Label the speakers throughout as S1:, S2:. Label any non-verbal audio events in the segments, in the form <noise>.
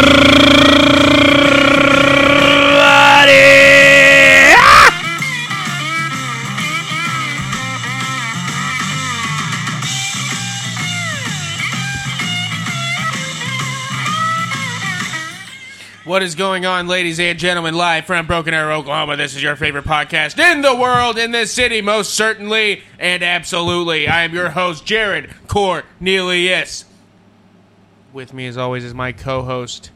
S1: Ah!
S2: What is going on, ladies and gentlemen, live from Broken Arrow, Oklahoma? This is your favorite podcast in the world, in this city, most certainly and absolutely. I am your host, Jared Cornelius. With me, as always, is my co-host,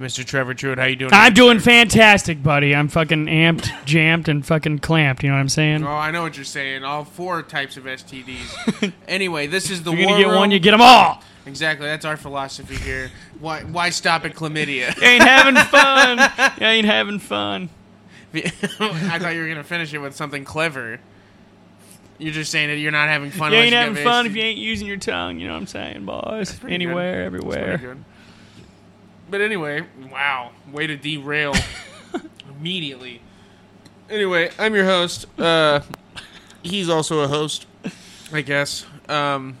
S2: Mr. Trevor Truitt. How you doing?
S1: I'm doing fantastic, buddy. I'm fucking amped, jammed, and fucking clamped. You know what I'm saying?
S2: Oh, I know what you're saying. All four types of
S1: <laughs>
S2: STDs. anyway, this is the
S1: You're
S2: war
S1: gonna get
S2: room.
S1: one, you get them all.
S2: exactly. That's our philosophy here. Why, why stop at chlamydia? <laughs>
S1: You ain't <laughs> having fun. You ain't having fun.
S2: <laughs> I thought you were gonna finish it with something clever. You're just saying that you're not having fun.
S1: You ain't
S2: unless you
S1: having
S2: got
S1: fun
S2: STD.
S1: if you ain't using your tongue. You know what I'm saying, boys?
S2: pretty good.
S1: Anywhere, everywhere.
S2: That's pretty good. But anyway, wow, way to derail
S1: <laughs>
S2: immediately. Anyway, I'm your host. Uh, he's also a host, I guess. Um,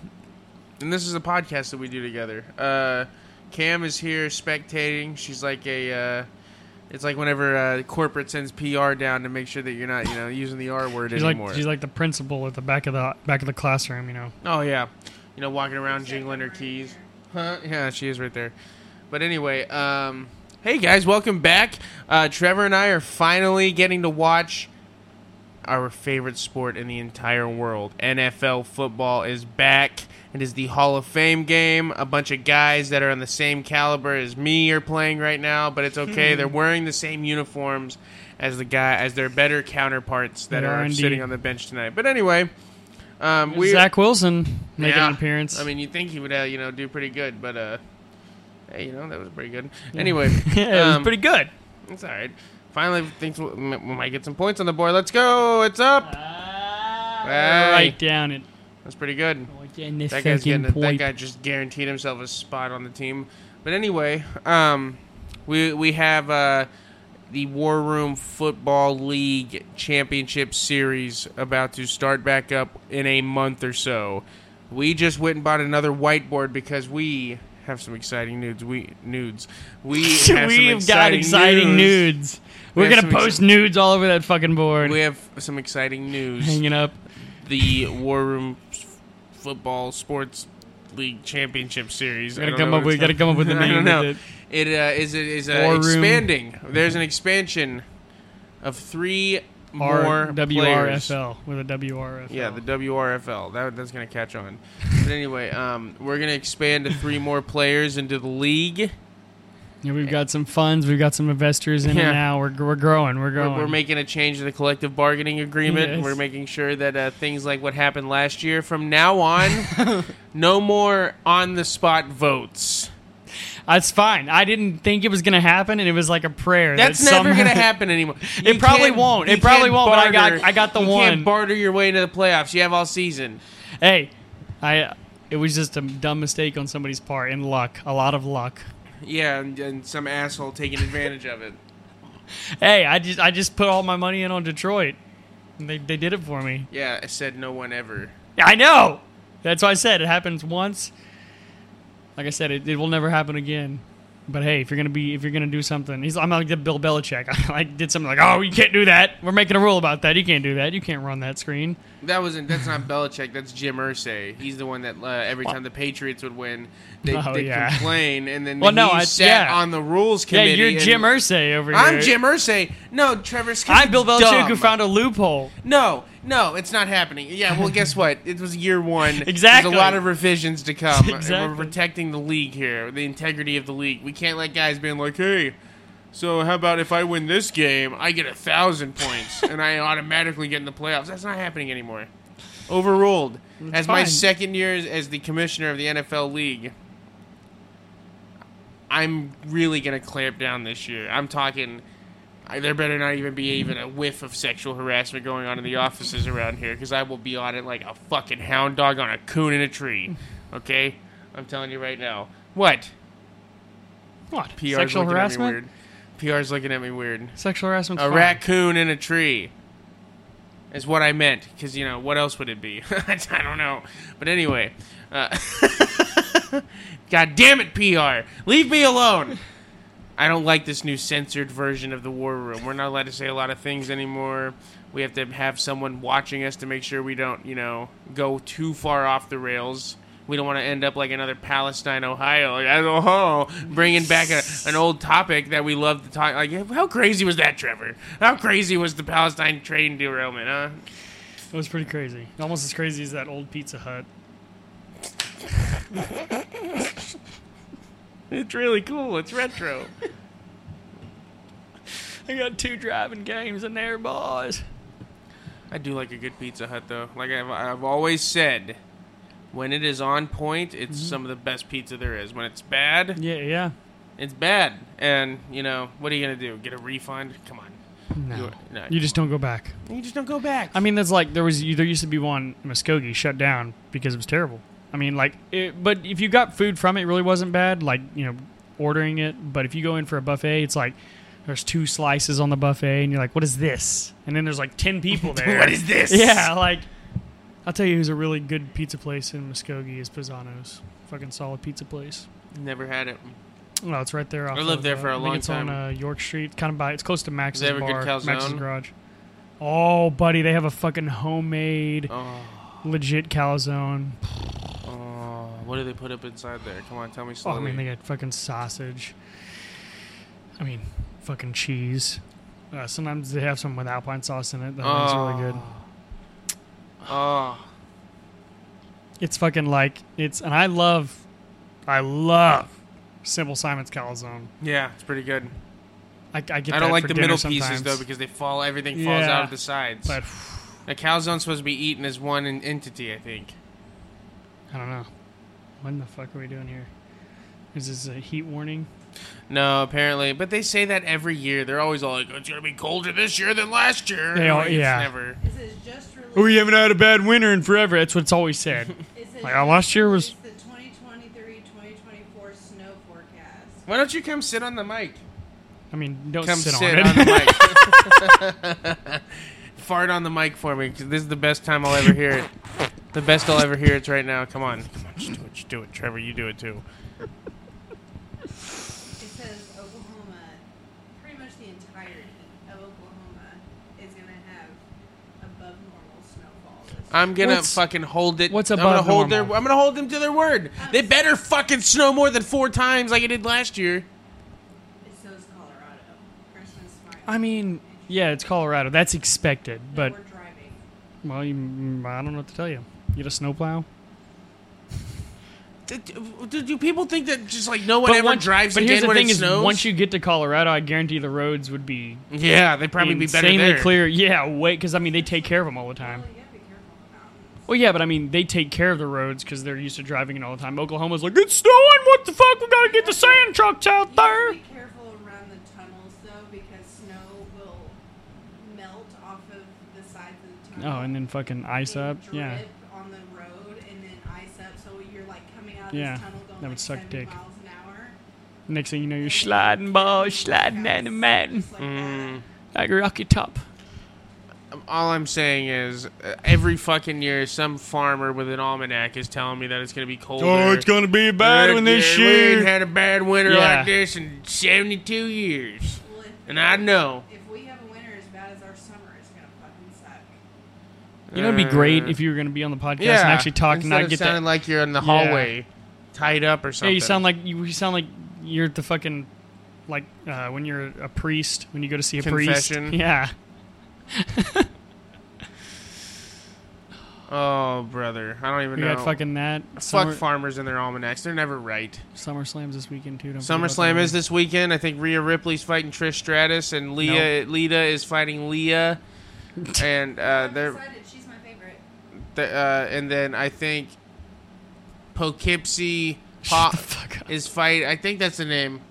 S2: and this is a podcast that we do together. Uh, Cam is here spectating. She's like a. Uh, it's like whenever uh, corporate sends PR down to make sure that you're not, you know, using the R word
S1: She's like
S2: anymore.
S1: she's like the principal at the back of the back of the classroom. You know.
S2: Oh yeah, you know, walking around jingling her keys. Huh? Yeah, she is right there. But anyway, um, hey guys, welcome back. Uh, Trevor and I are finally getting to watch our favorite sport in the entire world. NFL football is back. It is the Hall of Fame game. A bunch of guys that are on the same caliber as me are playing right now, but it's okay. They're wearing the same uniforms as the guy as their better counterparts that
S1: They
S2: are
S1: are indeed.
S2: sitting on the bench tonight. But anyway, um, we
S1: Zach Wilson making
S2: yeah.
S1: an appearance.
S2: I mean, you think he would, uh, you know, do pretty good, but uh, hey, you know, that was pretty good. Anyway,
S1: <laughs> yeah, <laughs> it was
S2: um,
S1: pretty good.
S2: It's all right. Finally, things we we might get some points on the board. Let's go! It's up. Hey,
S1: Right down it.
S2: that's pretty good.
S1: Getting this
S2: That guy's
S1: fucking
S2: getting. A, that
S1: point.
S2: guy just guaranteed himself a spot on the team. But anyway, um, we we have uh, the War Room Football League Championship Series about to start back up in a month or so. We just went and bought another whiteboard because we have some exciting nudes. We nudes.
S1: <laughs>
S2: We have some
S1: We've got exciting nudes.
S2: We
S1: We're
S2: have
S1: gonna
S2: some
S1: post nudes all over that fucking board.
S2: We have some exciting news.
S1: hanging up.
S2: the War Room s- Football Sports League Championship Series.
S1: We gotta
S2: I don't
S1: come
S2: know
S1: up.
S2: what
S1: We
S2: it's
S1: gotta come up with a
S2: called. <laughs> I
S1: name.
S2: don't know.
S1: with it.
S2: It uh, is it is uh,
S1: War Room.
S2: expanding. There's an expansion of three more
S1: R-
S2: players.
S1: WRFL with a WRFL.
S2: Yeah, the WRFL. That, that's gonna catch on. But anyway, um, we're gonna expand to three more players into the league.
S1: Yeah, we've got some funds. We've got some investors in
S2: Yeah.
S1: it now. We're, we're growing. We're
S2: We're-
S1: growing.
S2: We're making a change to the collective bargaining agreement.
S1: Yes.
S2: We're making sure that uh, things like what happened last year from now
S1: <laughs>
S2: on, no more on the spot votes.
S1: That's fine. I didn't think it was gonna happen, and it was like a prayer.
S2: That's
S1: that
S2: never going to
S1: somehow-
S2: happen anymore.
S1: <laughs> It probably
S2: can't-
S1: won't.
S2: you
S1: It probably
S2: can't
S1: won't, but I got- I got the
S2: you
S1: one.
S2: can't barter your way to the playoffs. You have all season.
S1: <laughs> Hey, I. It was just a dumb mistake on somebody's part and luck. A lot of luck.
S2: Yeah, and, and some asshole taking advantage of it.
S1: Hey, I just I just put all my money in on Detroit. And they they did it for me.
S2: Yeah, I said no one ever.
S1: I know. That's why I said it happens once. Like I said, it, it will never happen again. But hey, if you're gonna be, if you're gonna do something, he's, I'm like the Bill Belichick. <laughs> I did something like, oh, you can't do that. We're making a rule about that. You can't do that. You can't run that screen.
S2: That wasn't. That's not Belichick. That's Jim Irsay. He's the one that uh, every time the Patriots would win, they
S1: Oh,
S2: would
S1: yeah.
S2: complain, and then
S1: Well, no,
S2: he
S1: I-
S2: sat
S1: yeah.
S2: on the rules committee.
S1: yeah, you're
S2: and-
S1: Jim Irsay over here.
S2: I'm Jim Irsay. No, Trevor. Scott.
S1: I'm Bill Belichick who found a loophole.
S2: No, no, it's not happening. Yeah, well, guess what? It was
S1: <laughs>
S2: year one.
S1: Exactly.
S2: There's a lot of revisions to come. and
S1: Exactly.
S2: We're protecting the league here, the integrity of the league. We can't let guys being like, hey, so how about if I win this game, I get a thousand <laughs> points and I automatically get in the playoffs? That's not happening anymore. Mm, Overruled. as my
S1: fine.
S2: second year as- as the commissioner of the NFL league, I'm really gonna clamp down this year. I'm talking. I, there better not even be even a whiff of sexual harassment going on in the offices around here, because I will be on it like a fucking hound dog on a coon in a <laughs> tree. Okay, I'm telling you right now. What?
S1: What?
S2: PR's
S1: Sexual
S2: looking
S1: harassment.
S2: At me weird. PR's looking at me weird.
S1: Sexual harassment.
S2: A raccoon in a tree is what I meant, because you know what else would it be? <laughs> I don't know. But anyway, uh, <laughs> God damn it, PR, leave me alone. I don't like this new censored version of the war room. We're not allowed to say a lot of things anymore. We have to have someone watching us to make sure we don't, you know, go too far off the rails. We don't want to end up like another Palestine, Ohio. Like, I don't know, bringing back a, an old topic that we love to talk. Like, how crazy was that, Trevor? How crazy was the Palestine train derailment, huh?
S1: It was pretty crazy. Almost as crazy as that old Pizza Hut.
S2: It's really cool. It's retro.
S1: I got two driving games in there, boys.
S2: I do like a good Pizza Hut though. Like I've, I've always said, when it is on point, it's
S1: Mm-hmm.
S2: some of the best pizza there is. When it's bad,
S1: Yeah, yeah.
S2: it's bad. And you know what are you gonna do? Get a refund? Come on.
S1: No.
S2: You- no.
S1: You just don't go back.
S2: You just don't go back.
S1: I mean, that's like there was there used to be one in Muskogee shut down because it was terrible. I mean, like, it, but if you got food from it, it really wasn't bad. Like, you know, ordering it. But if you go in for a buffet, it's like there's two slices on the buffet, and you're like, what is this? And then there's like ten
S2: <laughs>
S1: people there.
S2: what is this?
S1: Yeah, like I'll tell you, who's a really good pizza place in Muskogee is Pisano's. Fucking solid pizza place.
S2: Never had it.
S1: No, it's right there. Off
S2: I lived
S1: of,
S2: there
S1: uh,
S2: for a
S1: I think
S2: long
S1: it's
S2: time.
S1: on uh, York Street, kind of by. It's close to Max's
S2: they have a good
S1: bar, Max's
S2: calzone?
S1: garage. Oh, buddy, they have a fucking homemade,
S2: Oh,
S1: legit calzone.
S2: oh, what do they put up inside there? Come on, tell me
S1: Oh,
S2: slowly.
S1: I mean, they got fucking sausage. I mean, fucking cheese. Uh, sometimes they have some with Alpine sauce in it. That one's really good.
S2: Oh,
S1: It's fucking like it's, and I love, I love Simple Simon's calzone.
S2: yeah, it's pretty good.
S1: I, I get.
S2: I
S1: that
S2: don't like
S1: for
S2: the
S1: dinner
S2: middle
S1: sometimes,
S2: pieces though because they fall. Everything falls
S1: Yeah.
S2: out of the sides.
S1: but
S2: A calzone's supposed to be eaten as one en- entity, I think.
S1: I don't know. What the fuck are we doing here? Is this a heat warning?
S2: No, apparently, but they say that every year. They're always all like, "Oh, "It's gonna be colder this year than last year."
S1: They all-
S2: Like, it's
S1: yeah.
S2: never.
S3: This is just released.
S1: We Oh, haven't had a bad winter in forever. That's what it's always said.
S3: This is
S1: Like, uh, last year was-
S3: just the 2023-2024 snow forecast.
S2: Why don't you come sit on the mic?
S1: <laughs> I mean, don't
S2: Come
S1: sit,
S2: sit,
S1: on it. <laughs>
S2: on, the mic. <laughs> Fart on the mic for me, 'cause this is the best time I'll ever hear it. The best I'll ever hear it's right now. Come on, come on, just do it, just do it, Trevor. You do it too.
S3: It says Oklahoma, pretty much the entirety of Oklahoma is going to have above normal snowfall. This year.
S2: I'm gonna
S1: What's-
S2: fucking hold it.
S1: what's
S2: I'm gonna
S1: above
S2: hold
S1: normal?
S2: their. I'm gonna hold them to their word. They better fucking snow more than four times like it did last year.
S3: It snows Colorado. Christmas smile.
S1: I mean, yeah, it's Colorado. That's expected. But
S3: we're driving.
S1: well, you, mm, I don't know what to tell you. You get a snowplow.
S2: Do, do, do people think that just like no one
S1: But
S2: ever
S1: once-
S2: drives
S1: But
S2: again
S1: here's the
S2: when
S1: thing:
S2: it
S1: is
S2: snows?
S1: once you get to Colorado, I guarantee the roads would be
S2: yeah, they probably be better
S1: insanely
S2: there.
S1: clear. Yeah, wait, because I mean, they take care of them all the time.
S3: Well, you got to be careful of the mountains.
S1: Well, yeah, but I mean, they take care of the roads because they're used to driving it all the time. Oklahoma's like, it's snowing. What the fuck? We gotta get the sand trucks out
S3: You have
S1: there.
S3: to be careful around the tunnels though, because snow will melt off of the sides of the tunnel.
S1: Oh, and then fucking ice
S3: and
S1: up.
S3: drip
S1: Yeah.
S3: On the road and then ice up, so you're like coming out of
S1: Yeah,
S3: this tunnel going
S1: that would
S3: like
S1: suck
S3: 70
S1: dick.
S3: miles an hour.
S1: Next thing you know, you're sliding, boy, sliding down the mountain
S3: Just like
S2: Mm.
S1: like a Rocky Top.
S2: All I'm saying is, uh, every fucking year, some farmer with an almanac is telling me that Oh, it's gonna be colder.
S1: Oh, gonna be
S2: Look, yeah, We ain't had a bad winter
S1: Yeah.
S2: like this in 72 years,
S3: that. Well, if-
S2: and I know.
S3: If we have a winter as bad as our summer, it's gonna fucking suck.
S1: You know, it'd be great
S2: Uh,
S1: if you were gonna be on the podcast
S2: yeah,
S1: and actually talk
S2: instead
S1: and not
S2: of
S1: get
S2: sounding
S1: that.
S2: like you're in the
S1: Yeah.
S2: hallway, tied up or
S1: Yeah,
S2: something.
S1: you sound like you, you sound like you're at the fucking like uh, when you're a priest when you go to see a
S2: Confession.
S1: priest. <laughs> Yeah.
S2: Oh, brother, I don't even
S1: We
S2: know.
S1: got fucking that. Summer,
S2: Fuck farmers and their almanacs. They're never right.
S1: Summer Slams this weekend too. Don't forget about
S2: SummerSlam
S1: that.
S2: is this weekend. I think Rhea Ripley's fighting Trish Stratus, and Leah Lita is
S1: <laughs>
S2: fighting Leah. and uh,
S3: I'm
S2: they're,
S3: excited. She's my favorite.
S2: th- uh, and then I think Poughkeepsie Pop
S1: the fuck up.
S2: is fight. I think that's the name.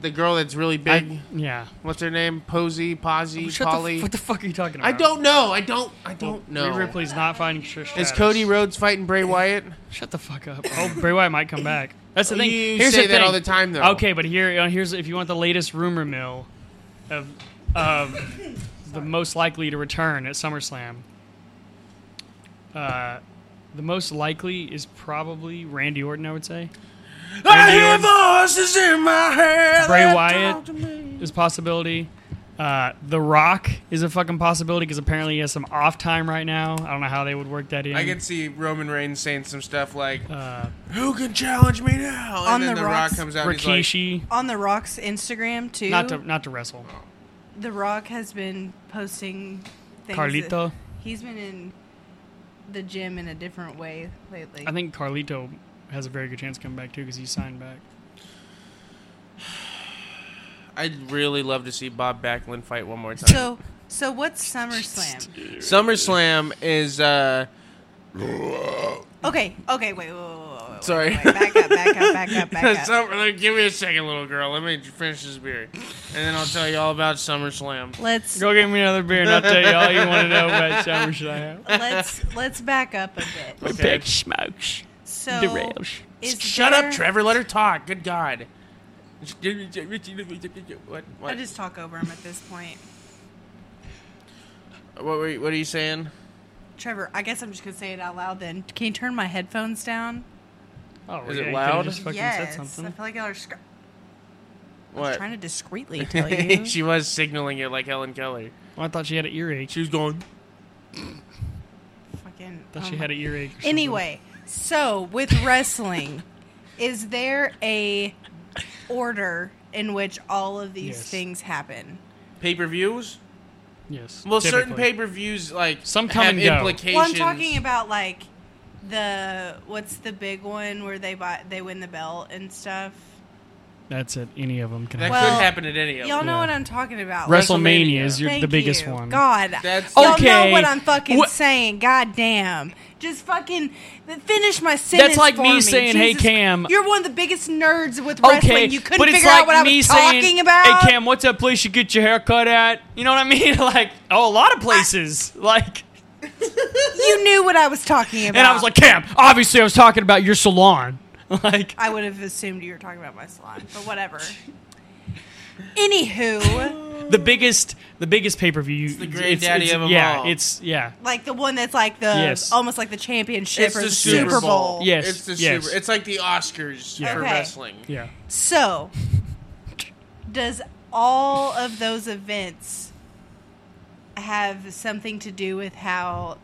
S2: The girl that's really big.
S1: I- yeah.
S2: What's her name? Posey, Posy,
S1: Shut the,
S2: Polly.
S1: f- what the fuck are you talking about?
S2: I don't know. I don't. I don't
S1: Rhea
S2: know.
S1: Ripley's not fighting Trish.
S2: Is
S1: Stratus.
S2: Cody Rhodes fighting Bray Wyatt?
S1: Shut the fuck up. Oh, Bray Wyatt might come back. That's the thing.
S2: Oh, You
S1: here's
S2: say
S1: the
S2: that all
S1: thing.
S2: the time, though.
S1: Okay, but here, uh, here's if you want the latest rumor mill of of the most likely to return at SummerSlam. Uh, the most likely is probably Randy Orton. I would say
S2: I
S1: Randy
S2: hear voices in my head.
S1: Bray
S2: that
S1: Wyatt
S2: talk to me.
S1: is a possibility. Uh, the Rock is a fucking possibility because apparently he has some off time right now. I don't know how they would work that in.
S2: I could see Roman Reigns saying some stuff like,
S1: uh,
S2: "Who can challenge me now?" And
S3: On
S2: then
S3: the
S2: the, Rock
S3: Rock's-
S2: comes out. and he's like,
S1: Rikishi,
S3: On The Rock's Instagram, too.
S1: not to not to wrestle.
S3: The Rock has been posting things.
S1: Carlito?
S3: that- he's been in the gym in a different way lately.
S1: I think Carlito has a very good chance coming back too because he signed back.
S2: "I'd really love to see Bob Backlund fight one more time."
S3: so, so what's SummerSlam?
S2: SummerSlam is. uh
S3: Okay, okay, wait, wait, wait, wait, wait,
S2: Sorry.
S3: wait, back up, back up, back
S2: <laughs>
S3: up, back up.
S2: Summer- give me a second, little girl. Let me finish this beer, and then I'll tell you all about SummerSlam.
S3: Let's
S1: Go get me another beer and I'll tell you all you want to know <laughs> about SummerSlam.
S3: let's let's back up a
S2: <laughs>
S3: bit.
S2: Okay.
S1: smokes.
S3: So,
S1: Derails.
S3: is
S2: Shut
S3: there-
S2: up, Trevor. Let her talk. Good God. What?
S3: I
S2: What?
S3: just talk over him at this point.
S2: What, were you, what are you saying?
S3: Trevor, I guess I'm just gonna say it out loud. Then, can you turn my headphones down?
S1: Oh, yeah, you
S2: Is it
S1: could've
S2: loud?
S1: Just fucking
S3: yes,
S1: said
S3: I
S1: something.
S3: feel like y'all are scr-
S2: What?
S3: trying
S2: <laughs>
S3: to discreetly tell you.
S2: she was signaling it like Helen Keller.
S1: Well, Oh, I thought she had an earache.
S2: She was going.
S3: Fucking.
S1: I thought
S3: oh
S1: she
S3: my
S1: had an earache. or something.
S3: <laughs> Anyway, so
S1: <laughs>
S3: with wrestling, is there a order in which all of these
S1: Yes.
S3: things happen?
S2: Pay per views?
S1: yes.
S2: Well, certain
S1: typically.
S2: pay per views, like,
S1: Some come
S2: have
S1: and go.
S2: implications.
S3: Well, I'm talking about like the what's the big one where they buy they win the belt and stuff.
S1: That's it. Any of them can.
S2: That
S1: happen.
S3: Well,
S2: could happen at any of
S3: Y'all
S2: them.
S3: know
S1: Yeah.
S3: what I'm talking about.
S2: Wrestling
S1: WrestleMania is
S2: WrestleMania.
S1: your, the
S3: Thank
S1: biggest
S3: you.
S1: one.
S3: God,
S2: That's-
S3: y'all know
S1: Okay.
S3: what I'm fucking
S1: What-
S3: saying. God damn, just fucking finish my sentence.
S1: like
S3: for
S1: me saying, "Hey,
S3: Jesus-
S1: Cam."
S3: you're one of the biggest nerds with wrestling.
S1: Okay,
S3: you couldn't
S1: but it's
S3: figure
S1: like
S3: out what I
S1: me
S3: was
S1: saying,
S3: talking about.
S1: Hey Cam, what's that place you get your hair cut at? You know what I mean? <laughs> Like, oh, a lot of places. <laughs> like,
S3: <laughs> you knew what I was talking about.
S1: and I was like, Cam, obviously, I was talking about your salon. <laughs> Like,
S3: I would have assumed you were talking about my salon, but whatever.
S1: <laughs>
S3: Anywho,
S1: the biggest, the biggest pay per view. It's
S2: the granddaddy of 'em
S1: yeah,
S2: all.
S1: it's yeah.
S3: like the one that's like the
S1: Yes.
S3: almost like the championship
S2: It's
S3: or
S2: the
S3: the,
S2: Super Bowl.
S1: Yes.
S2: It's the
S1: yes.
S2: super. It's like the Oscars
S1: Yeah.
S2: for
S3: Okay.
S2: wrestling.
S1: Yeah.
S3: So, does all of those events have something to do with how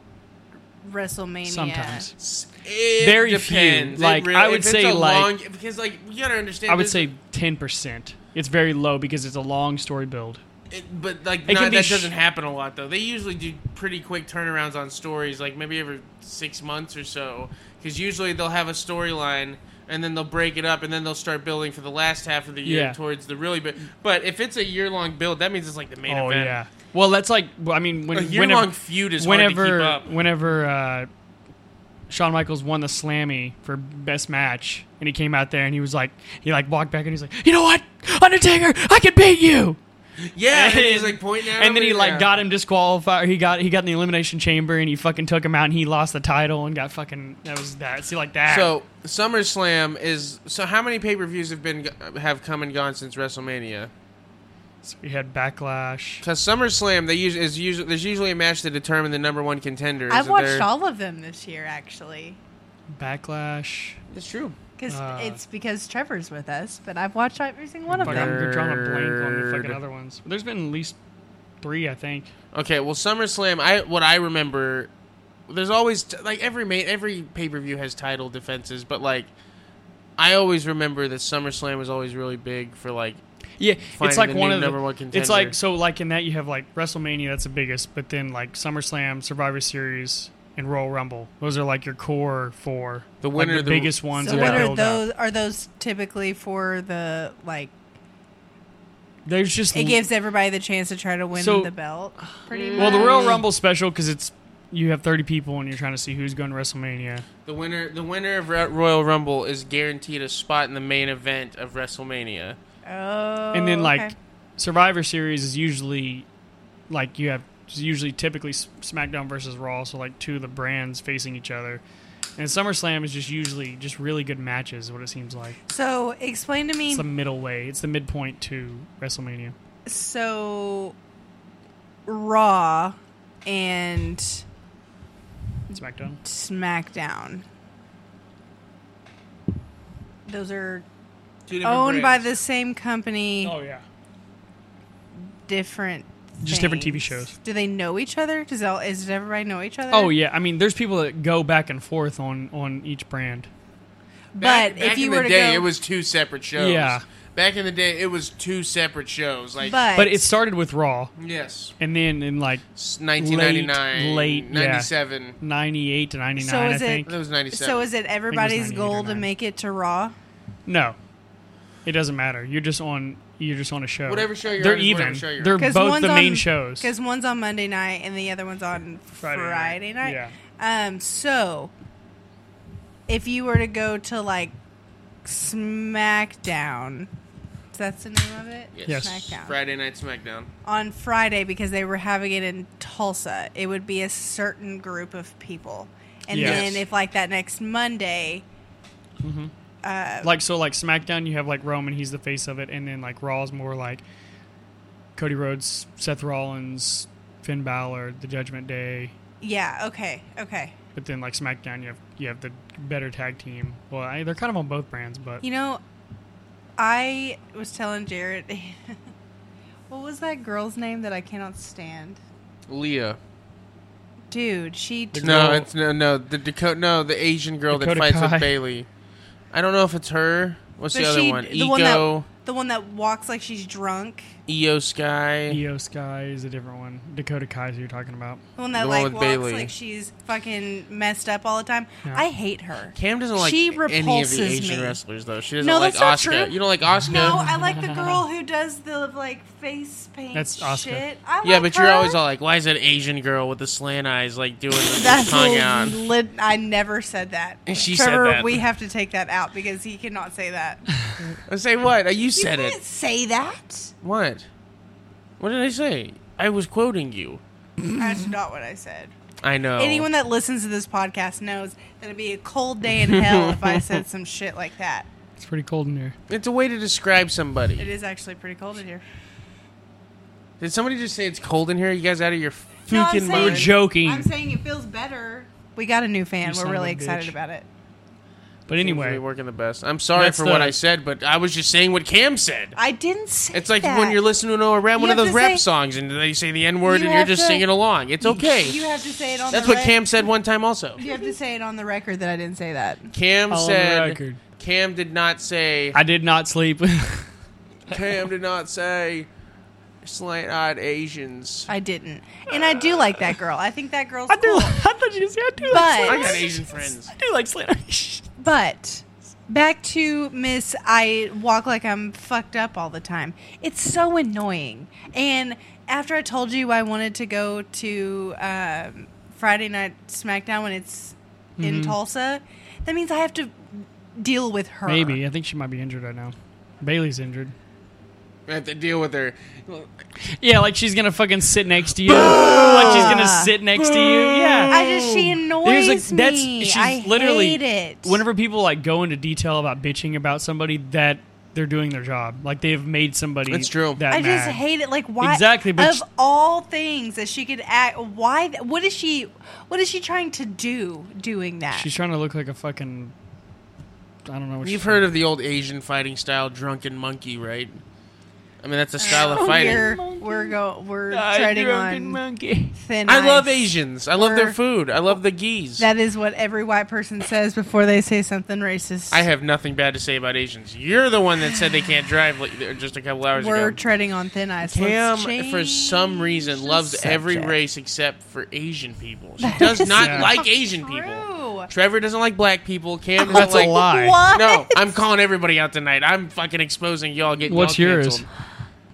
S3: WrestleMania?
S1: Sometimes.
S2: It
S1: Very few.
S2: depends. It
S1: Like, I would
S2: if it's
S1: say,
S2: a
S1: like-
S2: long, because like you gotta understand.
S1: I would
S2: this-
S1: say ten percent. It's very low because it's a long story build.
S2: it- but like
S1: It
S2: not-
S1: can be
S2: that
S1: sh-
S2: doesn't happen a lot though. They usually do pretty quick turnarounds on stories, like maybe every six months or so. Because usually they'll have a storyline and then they'll break it up and then they'll start building for the last half of the year
S1: Yeah.
S2: towards the really big. But if it's a year long build, that means it's like the main
S1: oh
S2: event.
S1: yeah. Well, that's like I mean, when
S2: A year
S1: whenever,
S2: long feud is
S1: whenever
S2: hard to keep up.
S1: whenever uh, Shawn Michaels won the Slammy for best match, and he came out there and he was like, he like walked back and he's like, you know what, Undertaker, I can beat you.
S2: Yeah, and he's like pointing at
S1: and then
S2: him
S1: he like
S2: yeah.
S1: got him disqualified. He got he got in the elimination chamber and he fucking took him out and he lost the title and got fucking that was that. See like that.
S2: So SummerSlam is so. How many pay per views have been have come and gone since WrestleMania?
S1: So we had backlash.
S2: Because SummerSlam, they use is usually there's usually a match to determine the number one contender.
S3: I've
S2: Isn't
S3: watched
S2: there?
S3: all of them this year, actually.
S1: Backlash.
S2: It's true.
S3: Because
S1: Uh,
S3: it's because Trevor's with us, but I've watched every single one of
S1: Fuck,
S3: them.
S1: I'm drawing a blank on the fucking
S2: Nerd.
S1: other ones. There's been at least three, I think.
S2: Okay, well SummerSlam, I what I remember, there's always t- like every ma- every pay per view has title defenses, but like I always remember that SummerSlam was always really big for like
S1: Yeah,
S2: Finding
S1: it's like
S2: the
S1: one
S2: new
S1: of the
S2: number one
S1: It's like
S2: contender.
S1: so like in that you have like WrestleMania that's the biggest, but then like SummerSlam, Survivor Series, and Royal Rumble. Those are like your core four.
S2: The
S1: Like,
S2: winner,
S1: the,
S2: the-
S1: biggest ones.
S3: So
S1: that
S3: what
S1: they
S3: are
S1: build up.
S3: those? Are those typically for the like?
S1: There's just
S3: It gives everybody the chance to try to win
S1: So-
S3: the belt. Pretty
S1: well the
S3: much.
S1: Royal Rumble special because it's you have 30 people and you're trying to see who's going to WrestleMania.
S2: the winner the winner of Ro- Royal Rumble is guaranteed a spot in the main event of WrestleMania.
S3: Oh,
S1: and then like
S3: okay.
S1: Survivor Series is usually like you have it's usually typically S- SmackDown versus Raw, so like two of the brands facing each other. And SummerSlam is just usually just really good matches, what it seems like.
S3: so explain to me.
S1: It's the middle way. It's the midpoint to WrestleMania.
S3: so Raw and
S1: SmackDown.
S3: SmackDown. Those are
S2: Two different
S3: owned by
S2: brands.
S3: the same company.
S1: Oh yeah.
S3: different.
S1: Just different TV
S3: things.
S1: shows.
S3: Do they know each other? Does all, is does everybody know each other?
S1: Oh yeah, I mean, there's people that go back and forth on on each brand.
S2: Back-
S3: But
S2: back
S3: if you
S2: in
S3: were
S2: the
S3: to
S2: day,
S3: go,
S2: it was two separate shows.
S1: Yeah.
S2: Back in the day, it was two separate shows. Like
S3: but,
S1: But it started with Raw,
S2: yes,
S1: and then in like
S2: s- 1999,
S1: late, yeah.
S2: 97.
S1: 98 to 99,
S3: So
S1: I
S3: is it-
S2: I
S1: think.
S2: think it was 97.
S3: so is it everybody's
S1: 98 or
S3: goal to
S1: 9.
S3: make it to Raw?
S1: No, it doesn't matter. You're just on. You're just on a show.
S2: Whatever show you're
S1: They're
S2: on is whatever
S1: even.
S2: show you're
S1: They're
S2: on.
S1: both the main shows.
S3: Because one's on Monday night and the other one's on Friday,
S1: Friday night.
S3: night. Um. So, if you were to go to like SmackDown, that's the name of it.
S1: Yes.
S3: SmackDown
S2: Friday Night SmackDown.
S3: on Friday because they were having it in Tulsa. It would be a certain group of people, and
S1: Yes.
S3: then if like that next Monday,
S1: Like so, like SmackDown, you have like Roman, he's the face of it, and then like Raw's more like Cody Rhodes, Seth Rollins, Finn Balor, The Judgment Day.
S3: yeah, okay, okay.
S1: But then like SmackDown, you have you have the better tag team. Well, I, they're kind of on both brands, but
S3: You know, I was telling Jared, <laughs> what was that girl's name that I cannot stand?
S2: Leah.
S3: Dude, she t-
S2: No,
S1: girl-
S2: it's no, no. The Dakota, no, the Asian girl that
S1: Dakota
S2: fights
S1: Kai.
S2: with Bailey. I don't know if it's her. What's
S3: but
S2: the other
S3: she-
S2: one?
S3: the
S2: Ego,
S3: one that the one that walks like she's drunk,
S2: Eo Sky.
S1: Io Sky is a different one. Dakota Kai is who you're talking about.
S3: the one that
S2: The one
S3: like
S2: with
S3: walks
S2: Bailey.
S3: like she's fucking messed up all the time.
S1: Yeah.
S3: I hate her.
S2: Cam doesn't like
S3: She
S2: any of
S3: repulses
S2: the Asian
S3: me.
S2: wrestlers though. She doesn't
S3: No,
S2: like
S3: that's not
S2: Oscar.
S3: true.
S2: You don't like Oscar.
S3: No, I like the
S1: <laughs>
S3: girl who does the like face paint
S1: That's Asuka.
S3: shit. I
S2: yeah,
S3: like
S2: but you're
S3: her.
S2: always all like, "Why is that Asian girl with the slant eyes like doing the
S3: <laughs> That's
S2: tongue out?"
S3: lit. I never said that.
S2: And she said
S3: Trevor,
S2: that.
S3: we have to take that out because he cannot say that.
S2: <laughs> I say what? Oh, You
S3: you
S2: said
S3: can't
S2: it.
S3: say that.
S2: What? What did I say? I was quoting you.
S3: That's not what I said.
S2: I know.
S3: Anyone that listens to this podcast knows that it'd be a cold day in hell if
S2: <laughs>
S3: I said some shit like that.
S1: It's pretty cold in here.
S2: It's a way to describe
S3: It
S2: somebody.
S3: is actually pretty cold in here.
S2: Did somebody just say it's cold in here? You guys out of your freaking
S3: No, I'm saying-
S1: We're
S2: mind?
S1: joking.
S3: I'm saying it feels better. We got a new fan.
S1: You son
S3: We're
S1: of
S3: really
S1: a
S3: excited
S1: bitch.
S3: about it.
S1: But
S2: Seems to be
S1: anyway,
S2: working the best. I'm sorry
S1: That's
S2: for what
S1: the-
S2: I said, but I was just saying what Cam said.
S3: I didn't say
S2: It's like
S3: that.
S2: when you're listening to a rap,
S3: You
S2: one of
S3: have
S2: those
S3: to
S2: rap
S3: say-
S2: songs, and they say the N word,
S3: You
S2: and you're
S3: have
S2: just
S3: to-
S2: singing along. It's okay.
S3: You have to say it on
S2: That's
S3: the
S2: what
S3: rec-
S2: Cam said one time. Also,
S3: You have to say it on the record that I didn't say that.
S2: Cam
S1: All on the
S2: said
S1: record.
S2: Cam did not say
S1: I did not sleep. <laughs>
S2: Cam did not say slant-eyed Asians.
S3: I didn't. And I do like that girl. I think that
S1: <laughs>
S3: girl's
S1: I do.
S3: cool.
S1: I thought you said I do.
S3: But-
S2: I
S1: like
S2: got
S1: Slater.
S2: Asian friends.
S1: I do like Slater.
S3: But back to Miss I walk like I'm fucked up all the time. It's so annoying. And after I told you I wanted to go to um, Friday Night SmackDown when it's
S1: Mm-hmm.
S3: in Tulsa, that means I have to deal with
S1: <laughs>
S3: her.
S1: Maybe. I think she might be injured right now. Bailey's injured.
S2: I have to deal with her.
S1: Yeah, like she's gonna fucking sit next to you. like she's gonna sit next to you. Yeah.
S3: I just she annoys
S1: There's, like,
S3: me.
S1: she's
S3: I
S1: literally
S3: hate it.
S1: whenever people like go into detail about bitching about somebody that they're doing their job. Like they've made somebody
S2: That's true.
S1: that
S3: I just
S1: mad.
S3: hate it. Like why?
S1: Exactly, but
S3: of
S1: sh-
S3: all things that she could act, why? th- What is she? What is she trying to do? Doing that?
S1: She's trying to look like a fucking I don't know what
S2: You've
S1: she's-
S2: heard of the old Asian fighting style, drunken monkey, right? I mean, that's a style of fighting.
S3: We're we're go we're
S1: I
S3: Oh, treading
S1: drunken
S3: on
S1: monkey.
S3: thin.
S2: I love
S3: ice.
S2: Asians. I love their
S3: We're-
S2: food. I love the geese.
S3: That is what every white person says before they say something racist.
S2: I have nothing bad to say about Asians. You're the one that said they can't drive like, just a couple hours
S3: we're
S2: ago.
S3: treading on thin ice.
S2: Cam,
S3: Let's
S2: for some
S3: change
S2: reason,
S3: the
S2: loves every
S3: subject.
S2: race except for Asian people. She does not
S1: Yeah.
S2: like Asian people.
S3: True.
S2: Trevor doesn't like black people. Cam doesn't
S1: That's a
S2: like.
S1: lie.
S3: What?
S2: No,
S3: <laughs>
S2: I'm calling everybody out tonight. I'm fucking exposing y'all. Getting
S1: What's
S2: y'all
S1: yours?
S2: Canceled.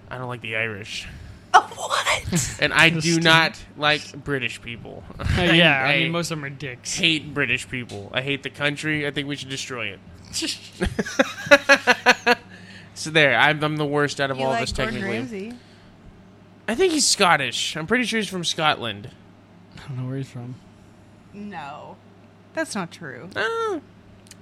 S2: I don't like the Irish,
S3: Oh,
S2: <laughs>
S3: what?
S2: and I do
S1: Stupid.
S2: not like British people. <laughs>
S1: Uh, yeah, I,
S2: I
S1: mean most of them are dicks.
S2: hate British people. I hate the country. I think we should destroy
S1: <laughs>
S2: it. so there, I'm, I'm the worst out of
S3: You
S2: all
S3: like
S2: of us
S3: Gordon
S2: technically.
S3: Ramsay?
S2: I think he's Scottish. I'm pretty sure he's from Scotland.
S1: I don't know where he's from.
S3: No, that's not true.
S2: Ah.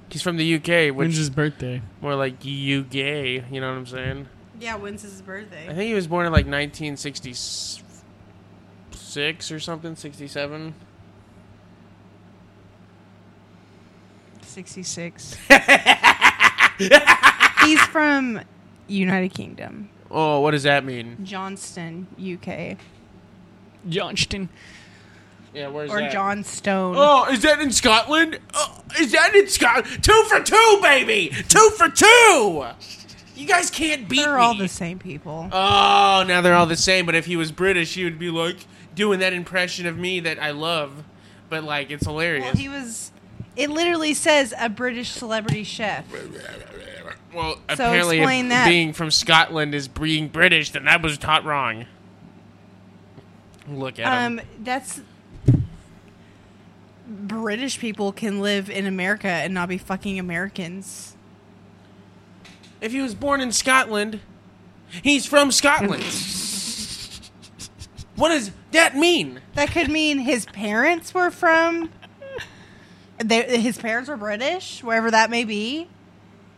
S2: He's from the UK, which
S1: When's
S2: is
S1: his birthday?
S2: more like you gay. You know what I'm saying?
S3: Yeah, when's his
S2: I
S3: birthday?
S2: think he was born in like 1966 or something, 67. <laughs>
S3: Sixty-six. He's from United Kingdom.
S2: Oh, what does that mean?
S3: Johnston, UK,
S1: Johnston.
S2: Yeah, where's
S3: or
S2: that?
S3: Johnstone.
S2: Oh, is that in Scotland? Oh, is that in Scotland? Two for two, baby. Two for two. You guys can't beat
S3: They're all
S2: me.
S3: the same people.
S2: Oh, now they're all the same. But if he was British, he would be like doing that impression of me that I love. But like, it's
S3: well,
S2: hilarious.
S3: he was. It literally says a British celebrity chef.
S2: Well, apparently,
S3: explain
S2: if
S3: that.
S2: being from Scotland is being British, then I was taught wrong. Look at him.
S3: Um, that's British people can live in America and not be fucking Americans.
S2: If he was born in Scotland, he's from
S3: <laughs>
S2: Scotland. what does that mean?
S3: That could mean his parents were from. They, his parents were British, wherever that may be,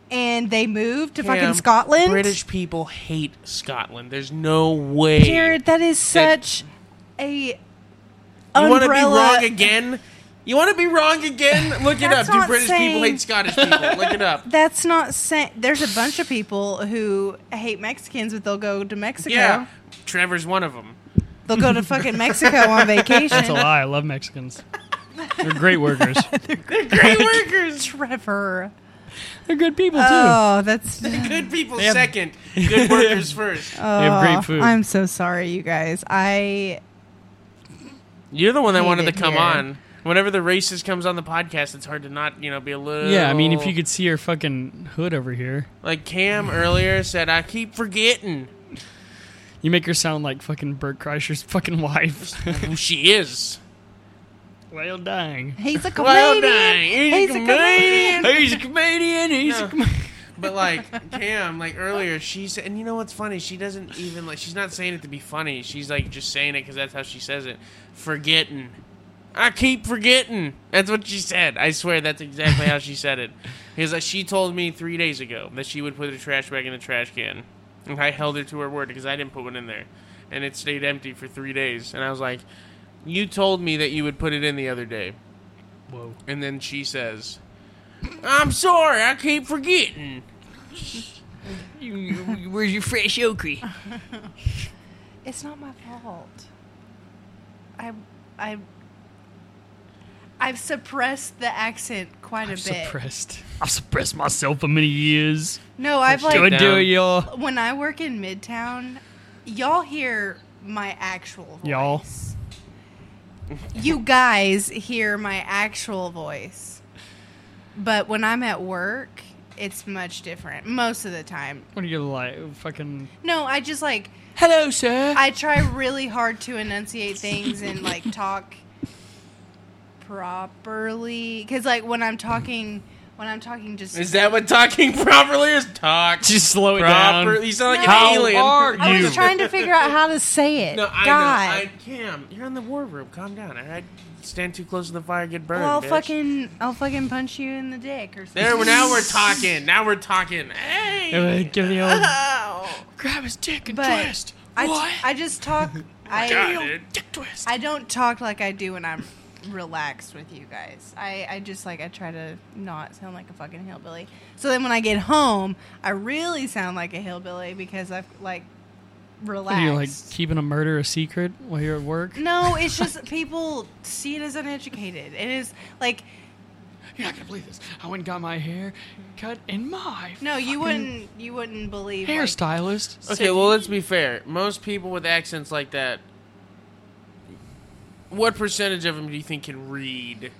S3: and they moved to
S2: Cam,
S3: fucking Scotland.
S2: British people hate Scotland. There's no way.
S3: Jared, that is
S2: That-
S3: such a
S2: you want to be
S3: umbrella-
S2: wrong again? You want to be wrong again? Look it up.
S3: That's
S2: Do
S3: not
S2: British people
S3: saying-
S2: hate Scottish people? Look it up.
S3: That's not saying. There's a bunch of people who hate Mexicans, but they'll go to Mexico.
S2: Yeah, Trevor's one of them.
S3: They'll go to fucking Mexico
S1: <laughs>
S3: on vacation.
S1: That's a lie. I love Mexicans. They're great workers.
S2: Great workers.
S3: Trevor.
S1: They're good people too.
S3: Oh, that's.
S2: Good people
S1: They have-
S2: second. Good workers first.
S1: they have
S3: Oh,
S1: great food.
S3: I'm so sorry, you guys. I
S2: You're the one that
S3: Hate
S2: wanted to
S3: it
S2: come
S3: here.
S2: on. Whenever the racist comes on the podcast, it's hard to not, you know, be a little.
S1: yeah, I mean, if you could see her fucking hood over here,
S2: Like Cam earlier said, I keep forgetting
S1: you make her sound like fucking Bert Kreischer's fucking <laughs> wife.
S2: who she is.
S1: well, dang.
S3: he's a
S2: Well
S3: comedian.
S2: dang, he's, a comedian.
S1: He's a comedian. He's
S2: No.
S1: a comedian.
S2: But like Cam, like earlier, she said, and you know what's funny? She doesn't even like. She's not saying it to be funny. She's like just saying it because that's how she says it. Forgetting. I keep forgetting. That's what she said. I swear that's exactly how she said it. Because uh, she told me three days ago that she would put the trash bag in the trash can, and I held her to her word because I didn't put one in there, and it stayed empty for three days. And I was like, "You told me that you would put it in the other day."
S1: Whoa.
S2: And then she says, "I'm sorry, I keep forgetting."
S1: where's your fresh okra?
S3: It's not my fault. I I I've suppressed the accent quite a
S1: I've
S3: bit.
S1: suppressed. I've suppressed myself for many years.
S3: No, I've
S2: Like-
S1: Don't
S2: Doing-
S3: like
S1: do it, y'all.
S3: when I work in Midtown, y'all hear my actual voice.
S1: Y'all.
S3: You guys hear my actual voice. But when I'm at work, it's much different most of the time.
S1: What are you like? Fucking. <laughs>
S3: No, I just like
S1: Hello, sir.
S3: I try really hard to enunciate things and like talk properly cuz like when I'm talking when I'm talking just
S2: Is that what talking <laughs> properly is? Talk
S1: Just slow it
S2: properly.
S1: down.
S2: You sound like
S3: How
S2: an alien. <laughs>
S1: are
S3: I
S1: you?
S3: was trying to figure out how to say it.
S2: No, I
S3: God.
S2: know. I Cam, You're in the war room. Calm down. All right. Stand too close to the fire. Get burned.
S3: well, I'll
S2: bitch.
S3: fucking I'll fucking punch you in the dick or something.
S2: There. <laughs> Well, now we're talking. Now we're talking. Hey.
S1: Uh, Give the old.
S2: Oh.
S1: Grab his dick and
S3: But
S1: twist.
S3: I,
S1: what?
S3: I just
S2: <laughs>
S3: talk.
S2: God,
S3: I
S2: dude.
S1: dick twist.
S3: I don't talk like I do when I'm relaxed with you guys. I, I just like I try to not sound like a fucking hillbilly. So then when I get home, I really sound like a hillbilly because I've like
S1: What
S3: relaxed.
S1: are you like keeping a murder a secret while you're at work?
S3: no, it's just <laughs> people see it as uneducated. It is like
S1: You're not gonna believe this. I went and got my hair cut in my
S3: no, you wouldn't you wouldn't believe like,
S1: hairstylist.
S2: Okay. Well, let's be fair. Most people with accents like that. What percentage of them do you think can read?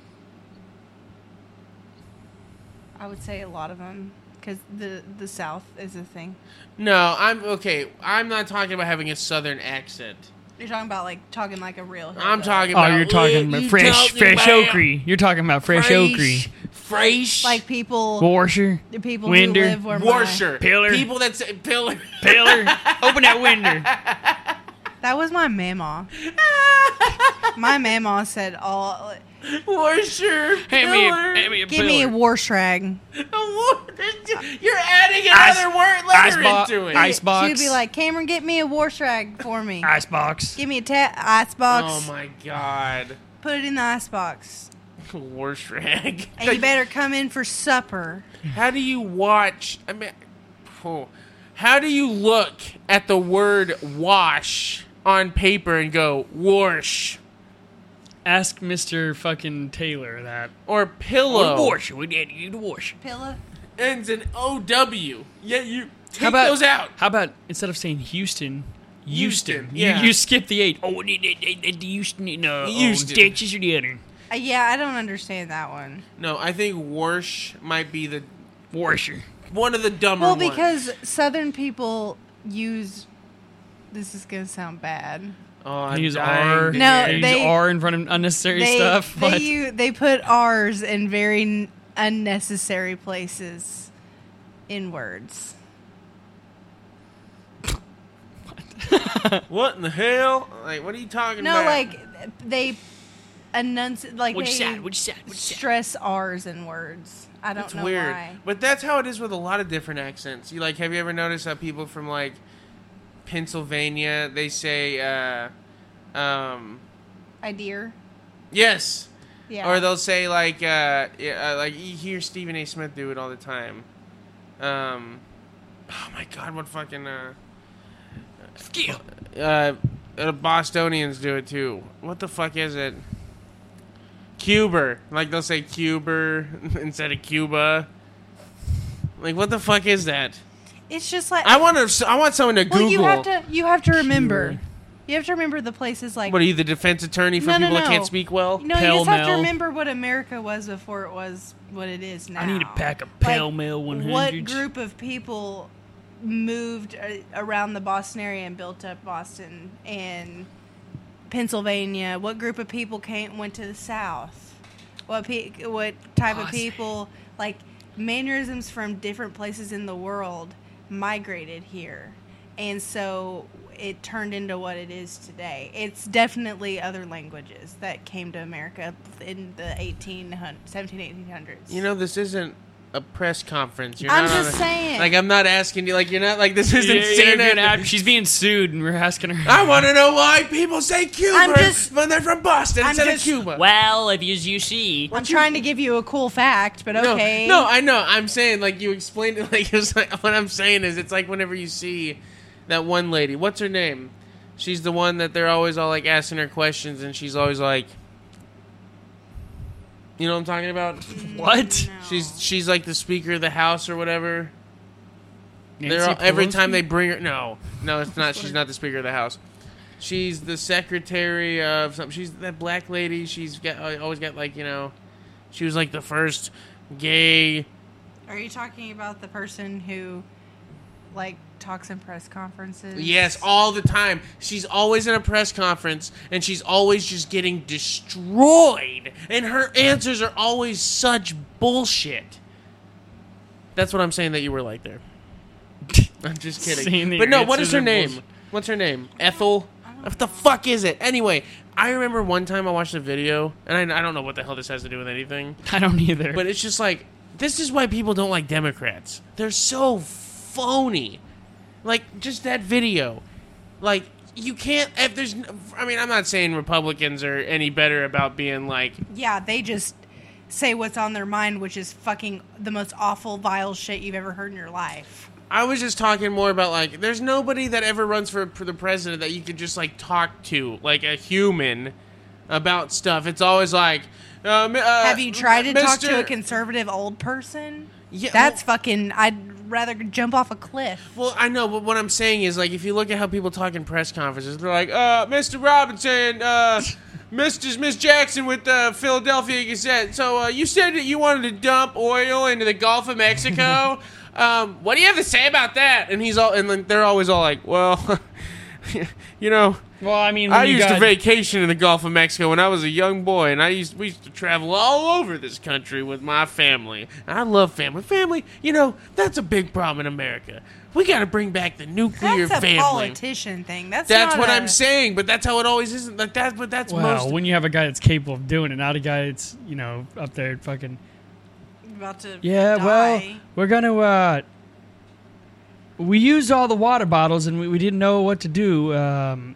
S3: I would say a lot of them because the the South is a thing.
S2: No, I'm okay. I'm not talking about having a southern accent.
S3: You're talking about like talking like a real.
S2: I'm
S3: hillbilly.
S2: talking
S1: Oh,
S2: about.
S1: you're talking about
S2: You
S1: fresh,
S2: talking
S1: fresh
S2: about
S1: okra. You're talking about fresh okra.
S2: Fresh.
S3: like people.
S1: Washer,
S3: the people
S1: Winder.
S3: who live where my-
S2: Warsher.
S1: Pillar.
S2: People that say pillar. <laughs>
S1: pillar. Open that window.
S3: that was
S2: <laughs>
S3: my mama. my mama said all
S2: Warsher.
S1: Hand me a,
S2: pillar.
S1: hand me a
S3: give me a
S1: pillar.
S3: war shrag.
S2: A war- <laughs> You're adding
S1: Ice-
S2: another word letter
S1: icebox-
S2: into
S1: ice-
S2: it.
S1: Icebox.
S3: She'd be like, Cameron, get me a war shrag for me.
S1: Ice box.
S3: Give me a ta- ice
S2: Oh
S3: box.
S2: my god. <laughs>
S3: Put it in the ice box.
S2: Warshrag.
S3: And you better come in for supper.
S2: How do you watch? I mean, oh, How do you look at the word wash on paper and go warsh
S1: Ask Mr. fucking Taylor that.
S2: or pillow?
S1: We did you to wash.
S3: Pilla.
S2: ends in OW. Yeah, you take
S1: How about
S2: those out.
S1: How about instead of saying Houston, Houston,
S2: Houston, yeah.
S1: you, you skip the eight. Oh, the- the- the- the Houston, no,
S2: Houston.
S1: Texas or the other.
S3: Uh, yeah, I don't understand that one.
S2: No, I think warsh might be the
S1: Washer.
S2: one of the dumber
S3: Well,
S2: ones.
S3: because Southern people use. This is gonna sound bad.
S2: oh, I'm
S1: They use
S2: dying
S1: R.
S2: to
S3: No,
S2: hear it.
S1: use
S3: they-
S1: R in front of unnecessary
S3: they,
S1: stuff.
S3: They,
S1: but
S3: u- they put R's in very n- unnecessary places in words.
S2: what in the hell? Like, what are you talking
S3: No,
S2: about?
S3: like they enunciate like they
S1: side?
S3: stress R's in words. I don't
S2: it's
S3: know
S2: weird.
S3: why.
S2: But that's how it is with a lot of different accents. You like, have you ever noticed how people from like Pennsylvania they say, uh, um,
S3: Idea.
S2: yes,
S3: Yeah.
S2: or they'll say like, uh, yeah, uh, like you hear Stephen A. Smith do it all the time. Um, oh my God, what fucking uh.
S1: Skill.
S2: uh, uh, Bostonians do it too. What the fuck is it? Cuber. Like they'll say Cuber <laughs> instead of Cuba. Like what the fuck is that?
S3: it's just like
S2: I want to. I want someone to
S3: well,
S2: Google.
S3: you have to you have to remember.
S1: Sure.
S3: You have to remember the places like
S2: what are you, the defense attorney for
S3: No, no,
S2: people that
S3: no.
S2: can't speak well?
S3: no, you just have to
S1: Pell-Mell?
S3: remember what America was before it was what it is now.
S1: I need a pack of
S3: Like,
S1: Pell Mell 100s.
S3: What group of people moved uh, around the Boston area and built up Boston and Pennsylvania? What group of people came went to the South? What pe- what type of
S1: Boston.
S3: people like mannerisms from different places in the world migrated here, and so it turned into what it is today. It's definitely other languages that came to America in the 1800, 1700s.
S2: You know this isn't a press conference. You're
S3: I'm
S2: not on
S3: just
S2: a-
S3: saying.
S2: Like I'm not asking you. Like you're not. Like this
S1: Yeah,
S2: isn't
S1: yeah,
S2: Santa.
S1: yeah, yeah, She's being sued, and we're asking her.
S2: I want to know why people say Cuba
S3: just-
S2: when they're from Boston
S3: I'm
S2: instead
S3: just-
S2: of Cuba.
S1: Well, if you, you see,
S3: I'm trying to give you a cool fact, but
S2: No,
S3: okay.
S2: No, I know. I'm saying like you explained it <laughs> like it was like what I'm saying is it's like whenever you see that one lady, what's her name? She's the one that they're always all like asking her questions and she's always like You know what I'm talking about?
S1: what?
S2: She's she's like the speaker of the house or whatever. They're
S1: Nancy
S2: all, every
S1: Pelosi?
S2: time they bring her no. No, it's not she's not the speaker of the house. She's the secretary of something. She's that black lady. She's got always got like, you know, she was like the first gay
S3: Are you talking about the person who, like, talks in press conferences?
S2: Yes, all the time. She's always in a press conference and she's always just getting destroyed. And her answers are always such bullshit. That's what I'm saying that you were
S1: <laughs>
S2: like there. I'm just
S1: Saying that
S2: kidding. But
S1: your
S2: no, what
S1: answers
S2: is her
S1: are
S2: name?
S1: bullshit.
S2: What's her name? Ethel? What the fuck is it? Anyway, I remember one time I watched a video, and I, I don't know what the hell this has to do with anything.
S1: I don't either.
S2: But it's just like this is why people don't like Democrats. They're so phony. Like just that video. Like you can't if there's n- I mean I'm not saying Republicans are any better about being like
S3: Yeah, they just say what's on their mind, which is fucking the most awful, vile shit you've ever heard in your life.
S2: I was just talking more about like there's nobody that ever runs for, for the president that you could just like talk to like a human about stuff. It's always like um, uh,
S3: Have you tried to talk to a
S2: Mr.
S3: conservative old person?
S2: Yeah,
S3: That's
S2: well-
S3: fucking. I'd rather jump off a cliff.
S2: Well, I know, but what I'm saying is, like, if you look at how people talk in press conferences, they're like, uh, Mr. Robinson, uh, <laughs> Mr. Miss Jackson with the Philadelphia Gazette. So, uh, you said that you wanted to dump oil into the Gulf of Mexico. um, what do you have to say about that? And he's all, and then they're always all like, well, <laughs> you know,
S1: well, I mean, when
S2: I
S1: you
S2: used to
S1: got-
S2: vacation in the Gulf of Mexico when I was a young boy, and I used we used to travel all over this country with my family. I love family. Family, you know, that's a big problem in America. We got to bring back the nuclear
S3: That's a
S2: family.
S3: politician thing. That's
S2: That's
S3: not
S2: what
S3: a-
S2: i I'm saying, but that's how it always is. Like that, but that's
S1: Well,
S2: most.
S1: when you have a guy that's capable of doing it, not a guy that's you know up there fucking.
S3: About to.
S1: Yeah,
S3: die.
S1: well, <laughs> we're gonna. Uh, we used all the water bottles, and we, we didn't know what to do. Um,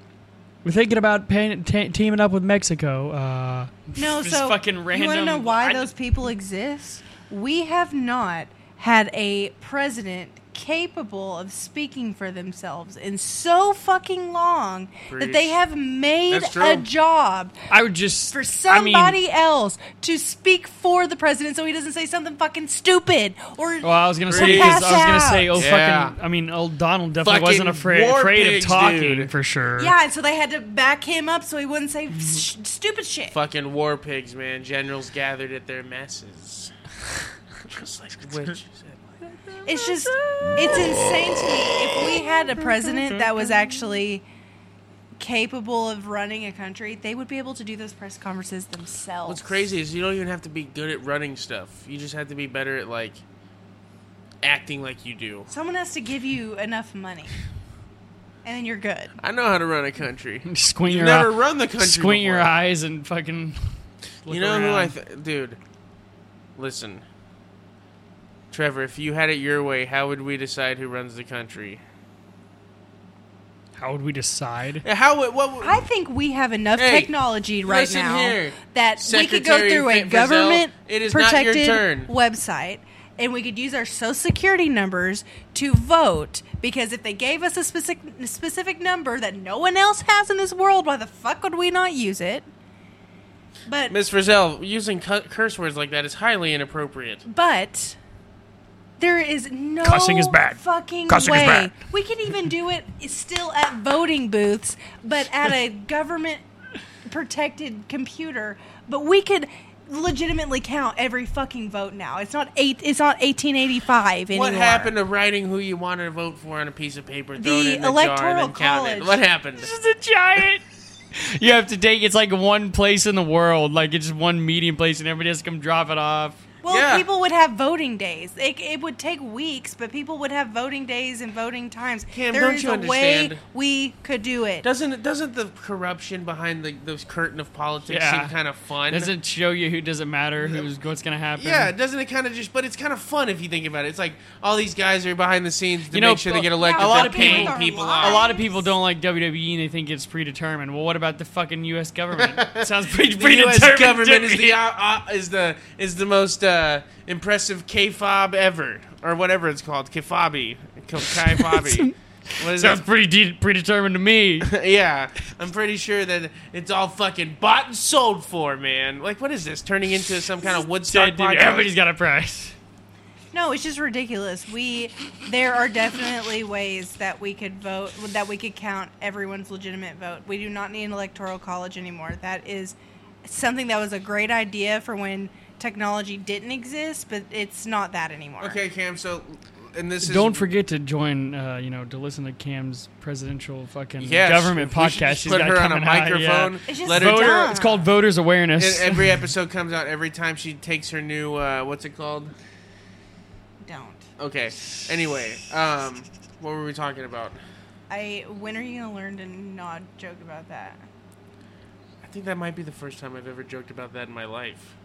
S1: we're thinking about pan- ta teaming up with Mexico. Uh,
S3: No,
S1: Just
S3: so
S1: fucking
S3: you want to
S1: random-
S3: know why
S1: I-
S3: those people exist? We have not had a president capable of speaking for themselves in so fucking long that they
S2: Preach.
S3: have made
S2: That's true.
S3: a job
S1: I would just
S3: for
S1: I
S3: somebody
S1: mean-
S3: else to speak for the president so he doesn't say something fucking stupid or
S1: Well, I was gonna
S2: Preach.
S1: say because I was gonna
S3: Pass
S1: say, oh
S2: out.
S1: fucking.
S2: Yeah.
S1: I mean, old Donald definitely
S2: Fucking
S1: wasn't afraid
S2: war
S1: afraid
S2: pigs,
S1: of talking
S2: dude.
S1: for sure.
S3: yeah and so they had to back him up so he wouldn't say
S1: Mm.
S3: sh- stupid shit
S2: Fucking war pigs, man. Generals gathered at their messes. <laughs> Just like witches.
S3: It's just, it's insane to me. If we had a president that was actually capable of running a country, they would be able to do those press conferences themselves.
S2: What's crazy is you don't even have to be good at running stuff. You just have to be better at like acting like you do.
S3: Someone has to give you enough money, and then you're good.
S2: I know how to run a country.
S1: Squint
S2: You've
S1: your
S2: never
S1: eye-
S2: run the country.
S1: squint your
S2: before.
S1: eyes and fucking. Look
S2: You know who I,
S1: around.
S2: th- dude. Listen, Trevor. If you had it your way, how would we decide who runs the country?
S1: How would we
S2: <laughs>
S1: decide?
S2: Yeah, How would what? would-
S3: I think we have enough
S2: Hey,
S3: technology right
S2: listen
S3: now
S2: here,
S3: that we could go
S2: Secretary
S3: through a
S2: Fit Frizzell,
S3: government
S2: it is not your
S3: protected
S2: turn.
S3: website and we could use our social security numbers to vote because if they gave us a specific specific number that no one else has in this world, why the fuck would we not use it? But
S2: Miss Frizzell, using cu- curse words like that is highly inappropriate.
S3: but there is no
S1: Cussing is bad.
S3: fucking
S1: Cussing
S3: way.
S1: is bad.
S3: We can even do it still at voting booths, but at a government protected computer. But we could legitimately count every fucking vote now. It's not eight. It's not 1885 anymore.
S2: What happened to writing who you wanted to vote for on a piece of paper, throw it
S3: The
S2: in the jar, and
S3: Electoral
S2: then count it?
S3: College.
S2: What happened?
S1: It's a giant. <laughs> You have to take. It's like one place in the world. Like it's just one medium place, and everybody has to come drop it off.
S3: Well,
S2: Yeah.
S3: people would have voting days. It, it would take weeks, but people would have voting days and voting times.
S2: Cam,
S3: There
S2: don't
S3: is
S2: you
S3: a way
S2: understand?
S3: we could do it.
S2: Doesn't doesn't the corruption behind the those curtain of politics
S1: Yeah.
S2: seem kind of fun?
S1: Doesn't show you who doesn't matter. Who's what's gonna happen?
S2: yeah, doesn't it kind of just? But it's kind of fun if you think about it. It's like all these guys are behind the scenes to
S1: You know,
S2: make sure they get
S1: a
S2: elected.
S3: Yeah,
S2: they're
S1: lot of
S2: paying
S1: people-
S2: people
S3: our
S2: off.
S1: A lot of people don't like WWE and they think it's predetermined. Well, what about the fucking U.S.
S2: <laughs>
S1: government? It sounds pretty
S2: The U.S.
S1: predetermined.
S2: government
S1: to
S2: is
S1: me.
S2: the uh, uh, is the is the most uh, impressive KFOB ever, or whatever it's called, KFOBby, K-
S1: <laughs>
S2: KFOBby. what is
S1: sounds
S2: that?
S1: pretty de- predetermined to
S2: <laughs>
S1: me.
S2: yeah, I'm pretty sure that it's all fucking bought and sold for, man. Like, what is this turning into some kind of Woodstock
S1: Dude, dude,
S2: podcast?
S1: everybody's got a price.
S3: No, it's just ridiculous. We there are definitely ways that we could vote that we could count everyone's legitimate vote. We do not need an electoral college anymore. That is something that was a great idea for when technology didn't exist, but it's not that anymore.
S2: okay, Cam. So, and this is
S1: Don't forget to join. Uh, you know, to listen to Cam's presidential fucking
S2: Yes,
S1: government
S2: we should
S1: podcast.
S2: just
S1: She's
S2: put
S1: got
S2: her on a
S1: coming out, yeah.
S2: microphone.
S3: It's just
S2: Let her
S3: dumb.
S2: do
S1: Voter. It's called voters
S2: And
S1: awareness.
S2: every episode comes out every time she takes her new uh, what's it called?
S3: Don't.
S2: Okay. Anyway, um, what were we talking about?
S3: I when are you gonna learn to not joke about that?
S2: I think that might be the first time I've ever joked about that in my life.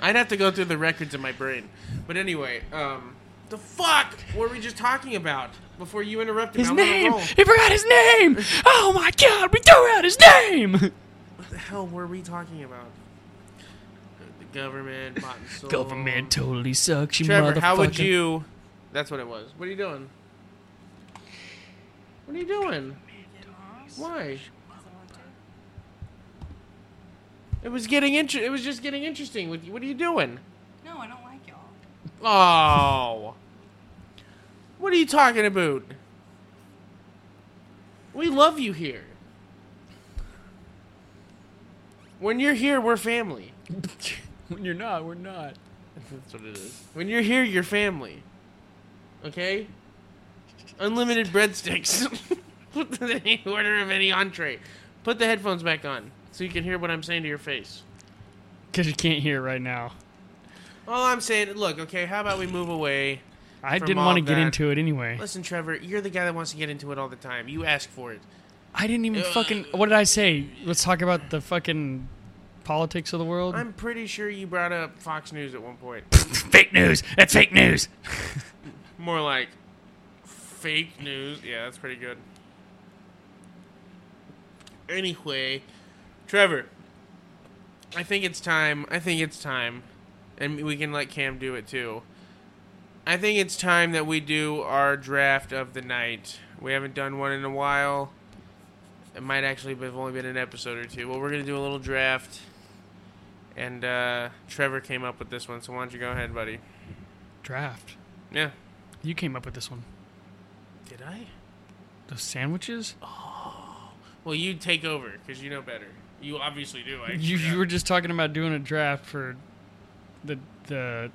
S2: I'd have to go through the records in my brain. But anyway, um, the fuck were we just talking about before you
S1: <laughs>
S2: interrupted
S1: his
S2: me? I'm on a
S1: name.
S2: roll.
S1: He forgot his name. Oh my god, we threw out his
S2: <laughs>
S1: name.
S2: What the hell were we talking about? The government, bought and sold.
S1: Government totally sucks, you
S2: Trevor, how would
S1: motherfucker.
S2: you? That's what it was. What are you doing? What are you doing? Why? It was getting inter- It was just getting interesting. With you. What are you doing?
S3: No, I don't like y'all.
S2: Oh. What are you talking about? We love you here. When you're here, we're family.
S1: <laughs> When you're not, we're not.
S2: That's what it is. When you're here, you're family. Okay? Unlimited breadsticks. <laughs> Put any <laughs> order of any entree. Put the headphones back on so you can hear what I'm saying to your face.
S1: Because you can't hear it right now.
S2: All I'm saying, look, okay, how about we move away?
S1: I
S2: From
S1: didn't
S2: all
S1: want to get
S2: that-
S1: into it anyway.
S2: Listen, Trevor, you're the guy that wants to get into it all the time. You ask for it.
S1: I didn't even
S2: Ugh.
S1: fucking. What did I say? Let's talk about the fucking politics of the world.
S2: I'm pretty sure you brought up Fox News at one point.
S1: fake news. That's fake news.
S2: More like fake news. Yeah, that's pretty good. Anyway, Trevor, I think it's time. I think it's time, and we can let Cam do it too. I think it's time that we do our draft of the night. We haven't done one in a while. It might actually have only been an episode or two. But we're gonna do a little draft. And uh, Trevor came up with this one, so why don't you go ahead, buddy?
S1: Draft.
S2: Yeah.
S1: You came up with this one.
S2: Did I?
S1: Those sandwiches?
S2: Oh, Well, you take over because you know better. You obviously do. I
S1: You,
S2: forgot.
S1: you were just talking about doing a draft for the the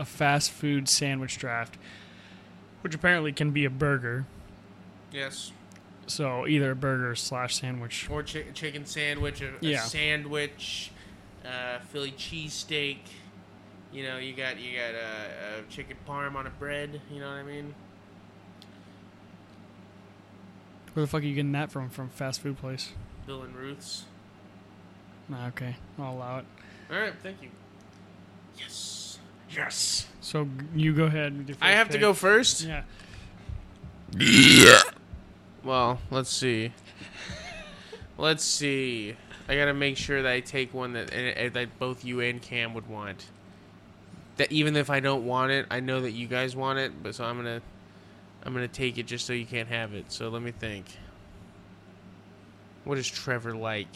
S1: a fast food sandwich draft, which apparently can be a burger.
S2: yes,
S1: So either a burger slash sandwich.
S2: or chi- chicken sandwich, uh, a, a
S1: Yeah.
S2: sandwich, uh, Philly cheesesteak. You know, you got you got uh, uh, chicken parm on a bread. You know what I mean?
S1: Where the fuck are you getting that from? From fast food place?
S2: Bill and Ruth's.
S1: Ah, okay, I'll allow it.
S2: All right, thank you. Yes, yes.
S1: So g- you go ahead. With your
S2: I
S1: first
S2: have to
S1: pick.
S2: go first. <laughs>
S1: Yeah.
S2: Well, let's see. let's see. I gotta make sure that I take one that and- and that both you and Cam would want. That even if I don't want it, I know that you guys want it. But so I'm gonna, I'm gonna take it just so you can't have it. So let me think. What is Trevor like?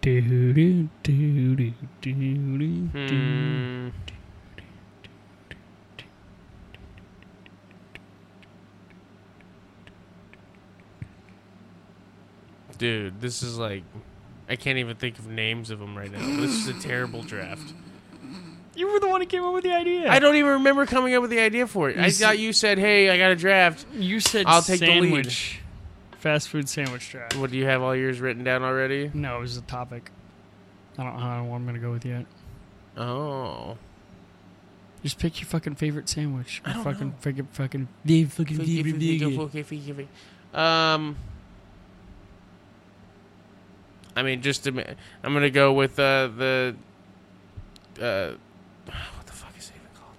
S1: Do do do do do do.
S2: Hmm. Dude, this is like I can't even think of names of them right now. This is a terrible draft.
S1: You were the one who came up with the idea.
S2: I don't even remember coming up with the idea for it. I
S1: You see-
S2: thought you said, "Hey, I got a draft."
S1: You said
S2: I'll take the lead.
S1: sandwich. Fast food sandwich draft.
S2: What do you have all yours written down already?
S1: No, it was a topic. I don't, I don't know what I'm gonna go with yet.
S2: Oh,
S1: Just pick your fucking favorite sandwich.
S2: I don't
S1: fucking
S2: know.
S1: fucking fucking the fucking the- the- the-
S2: Um, I mean, just to, ma- I'm gonna go with uh, the uh, what the fuck is it even called?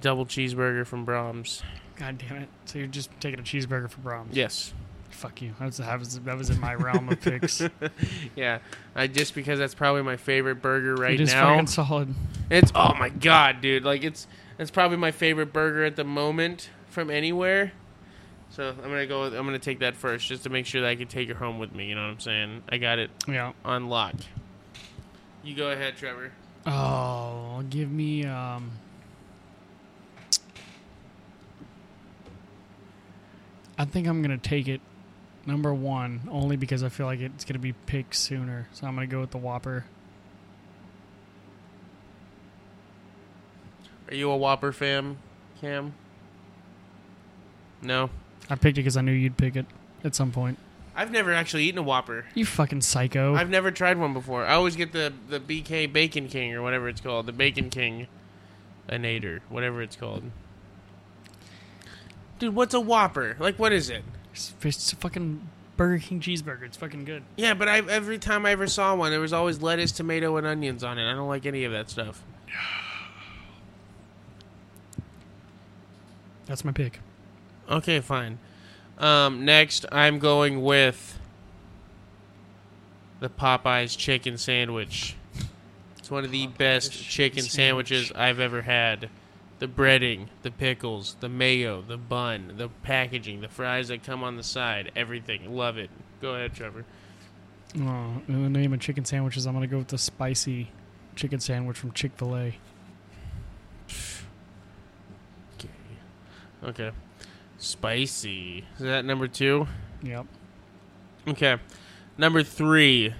S2: Double cheeseburger from Brahms.
S1: God damn it! So you're just taking a cheeseburger for Brahms?
S2: Yes,
S1: Fuck you. That was that was, that was in my realm of
S2: <laughs>
S1: picks.
S2: yeah. I just because that's probably my favorite burger right
S1: it is
S2: now.
S1: fucking solid.
S2: It's oh my god, dude! Like it's it's probably my favorite burger at the moment from anywhere. So I'm gonna go. With, I'm gonna take that first, just to make sure that I can take it home with me. You know what I'm saying? I got it.
S1: Yeah.
S2: on lock. You go ahead, Trevor.
S1: Oh, give me um. I think I'm gonna take it number one only because I feel like it's gonna be picked sooner. So I'm gonna go with the Whopper.
S2: Are you a Whopper fam, Cam? No.
S1: I picked it because I knew you'd pick it at some point.
S2: I've never actually eaten a Whopper.
S1: You fucking psycho.
S2: I've never tried one before. I always get the, the BK Bacon King or whatever it's called. The Bacon King Anator, whatever it's called. Dude, what's a Whopper? Like, what is it?
S1: It's, it's a fucking Burger King cheeseburger. It's fucking good.
S2: Yeah, but I, every time I ever saw one, there was always lettuce, tomato, and onions on it. I don't like any of that stuff.
S1: That's my pick.
S2: Okay, fine. Um, next, I'm going with the Popeyes chicken sandwich. It's one of the best chicken
S1: sandwich.
S2: sandwiches I've ever had. The breading, the pickles, the mayo, the bun, the packaging, the fries that come on the side, everything. Love it. Go ahead, Trevor.
S1: Oh, in the name of chicken sandwiches, I'm gonna go with the spicy chicken sandwich from Chick Fil A.
S2: Okay. Okay. Spicy. Is that number two? <laughs>
S1: Yep.
S2: Okay. Number three.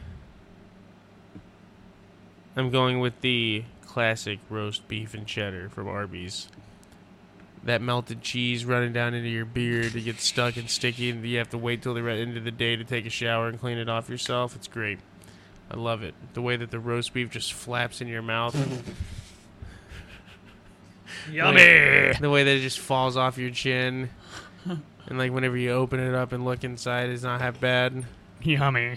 S2: I'm going with the classic roast beef and cheddar from Arby's. That melted cheese running down into your beard, it gets stuck and sticky, and you have to wait till the re- end of the day to take a shower and clean it off yourself. It's great. I love it. The way that the roast beef just flaps in your mouth,
S1: Yummy.
S2: the way that it just falls off your chin, and like whenever you open it up and look inside, it's not half bad.
S1: Yummy.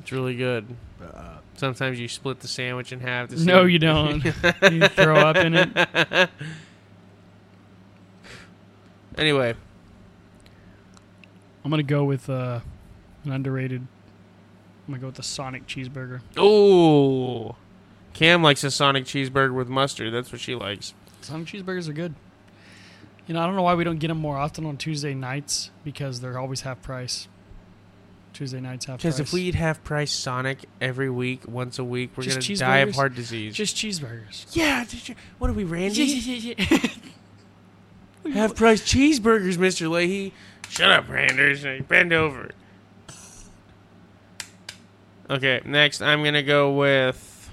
S2: It's really good. Uh, Sometimes you split the sandwich in half. To
S1: No,
S2: see-
S1: you <laughs> don't. you throw up in <laughs> it.
S2: anyway,
S1: I'm gonna go with uh, an underrated I'm gonna go with the Sonic cheeseburger.
S2: Oh, Cam likes a Sonic cheeseburger with mustard. That's what she likes.
S1: Sonic cheeseburgers are good. You know, I don't know why we don't get them more often on Tuesday nights because they're always half price. Tuesday nights half price.
S2: Because if we eat half price Sonic every week, once a week, we're
S1: Just
S2: gonna die of
S1: cheeseburgers?
S2: heart disease.
S1: just cheeseburgers.
S2: yeah, did you- what are we, Randy? half price cheeseburgers, Mister Leahy. Shut up, Randers. Hey, Bend over. Okay, next I'm gonna go with.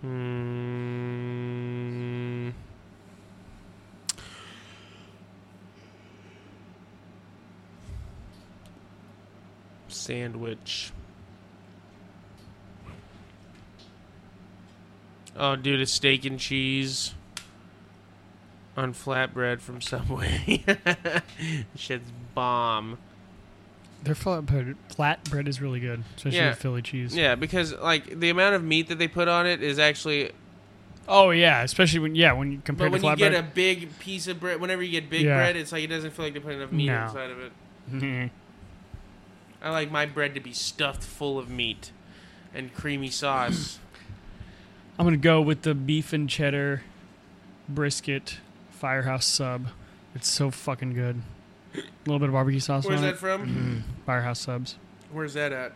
S2: Hmm. Sandwich. Oh, dude, a steak and cheese on flatbread from Subway. <laughs> Shit's bomb.
S1: Their flatbread, flatbread is really good, especially
S2: Yeah.
S1: with Philly cheese.
S2: Yeah, because like the amount of meat that they put on it is actually.
S1: Oh yeah, especially when yeah when you compare
S2: But when
S1: to
S2: you
S1: flatbread.
S2: get a big piece of bread, whenever you get big
S1: Yeah.
S2: bread, it's like it doesn't feel like they put enough meat
S1: No.
S2: inside of it.
S1: Mhm.
S2: I like my bread to be stuffed full of meat and
S1: <clears throat>
S2: creamy sauce.
S1: I'm gonna go with the beef and cheddar brisket firehouse sub. It's so fucking good. A little bit of barbecue sauce
S2: Where's
S1: on
S2: that
S1: it.
S2: from?
S1: <clears throat> Firehouse subs.
S2: Where's that at?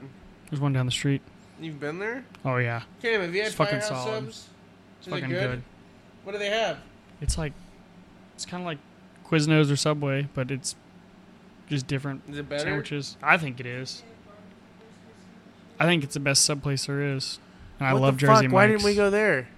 S1: There's one down the street.
S2: You've been there?
S1: Oh yeah,
S2: Cam, have you had
S1: It's fucking
S2: Firehouse
S1: solid.
S2: subs?
S1: it's
S2: Is
S1: fucking
S2: it good?
S1: good.
S2: What do they have?
S1: It's like it's kind of like Quiznos or Subway, but it's just different
S2: Is it better?
S1: sandwiches. I think it is. I think it's the best sub place there is, and I
S2: What
S1: love
S2: the
S1: Jersey
S2: fuck?
S1: Mike's.
S2: Why didn't we go there?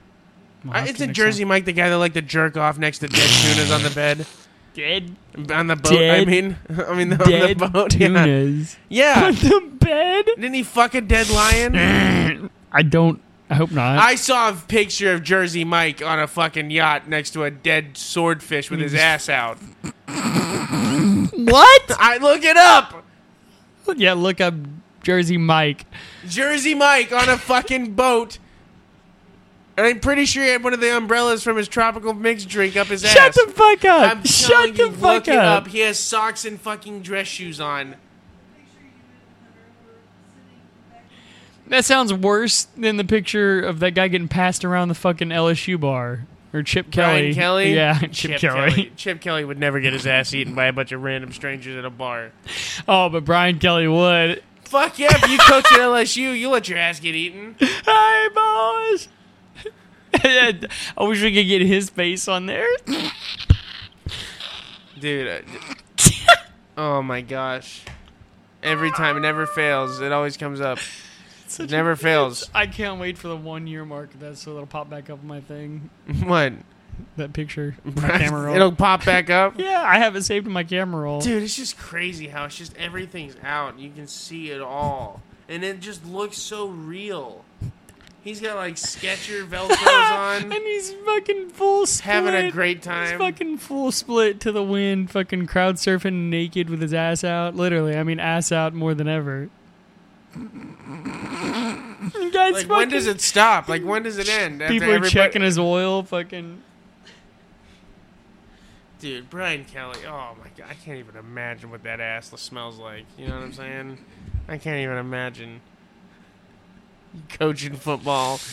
S1: We'll
S2: I-
S1: have
S2: it's
S1: to
S2: a
S1: next
S2: Jersey
S1: time.
S2: Mike, the guy that liked to jerk off next to dead tunas on the bed,
S1: Dead,
S2: on the boat. I
S1: Dead-
S2: mean, <laughs> I mean
S1: dead
S2: on the
S1: <laughs>
S2: boat. Yeah,
S1: tunas
S2: yeah.
S1: <laughs> on the bed.
S2: Didn't he fuck a
S1: <laughs>
S2: dead lion?
S1: I don't. I hope not.
S2: I saw a picture of Jersey Mike on a fucking yacht next to a dead swordfish with
S1: Mm.
S2: his ass out.
S1: what?
S2: I look it up.
S1: <laughs> yeah, look up Jersey Mike.
S2: Jersey Mike on a fucking boat. And I'm pretty sure he had one of the umbrellas from his tropical mix drink up his
S1: Shut
S2: ass.
S1: the fuck up.
S2: I'm
S1: <laughs> Shut
S2: telling
S1: the
S2: you,
S1: fuck
S2: look it
S1: up.
S2: up. He has socks and fucking dress shoes on.
S1: That sounds worse than the picture of that guy getting passed around the fucking LSU bar or Chip Kelly.
S2: Brian
S1: <laughs>
S2: Kelly.
S1: Yeah, Chip, Kelly.
S2: Chip Kelly would never get his ass eaten by a bunch of random strangers at a bar.
S1: Oh, but Brian Kelly would.
S2: Fuck yeah, if you coach at LSU, you let your ass get eaten.
S1: Hey, boys. <laughs> I wish we could get his face on there.
S2: Dude. I-
S1: <laughs>
S2: oh my gosh. Every time, it never fails. It always
S1: <laughs>
S2: comes up. It never fails. <laughs>
S1: I can't wait for the one year mark of that so that'll pop back up on my thing.
S2: What?
S1: That
S2: <laughs>
S1: picture. My camera roll.
S2: It'll pop back
S1: <laughs>
S2: up.
S1: Yeah, I have it saved in my camera roll.
S2: Dude, it's just crazy how it's just everything's out. You can see it all. And it just looks so real. He's got
S1: <laughs>
S2: like Sketcher Velcros
S1: and
S2: on.
S1: he's fucking full split.
S2: Having a great
S1: He's
S2: time.
S1: fucking full split to the wind, fucking crowd surfing naked with his ass out. Literally, I mean ass out more than
S2: <laughs>
S1: ever. You guys
S2: Like,
S1: fucking,
S2: when does it stop? Like, when does it end? After
S1: people are
S2: everybody-
S1: checking his oil, fucking
S2: Dude, Brian Kelly. Oh my god, I can't even imagine what that ass smells like. You know what I'm saying? I can't even imagine coaching football.
S1: <laughs>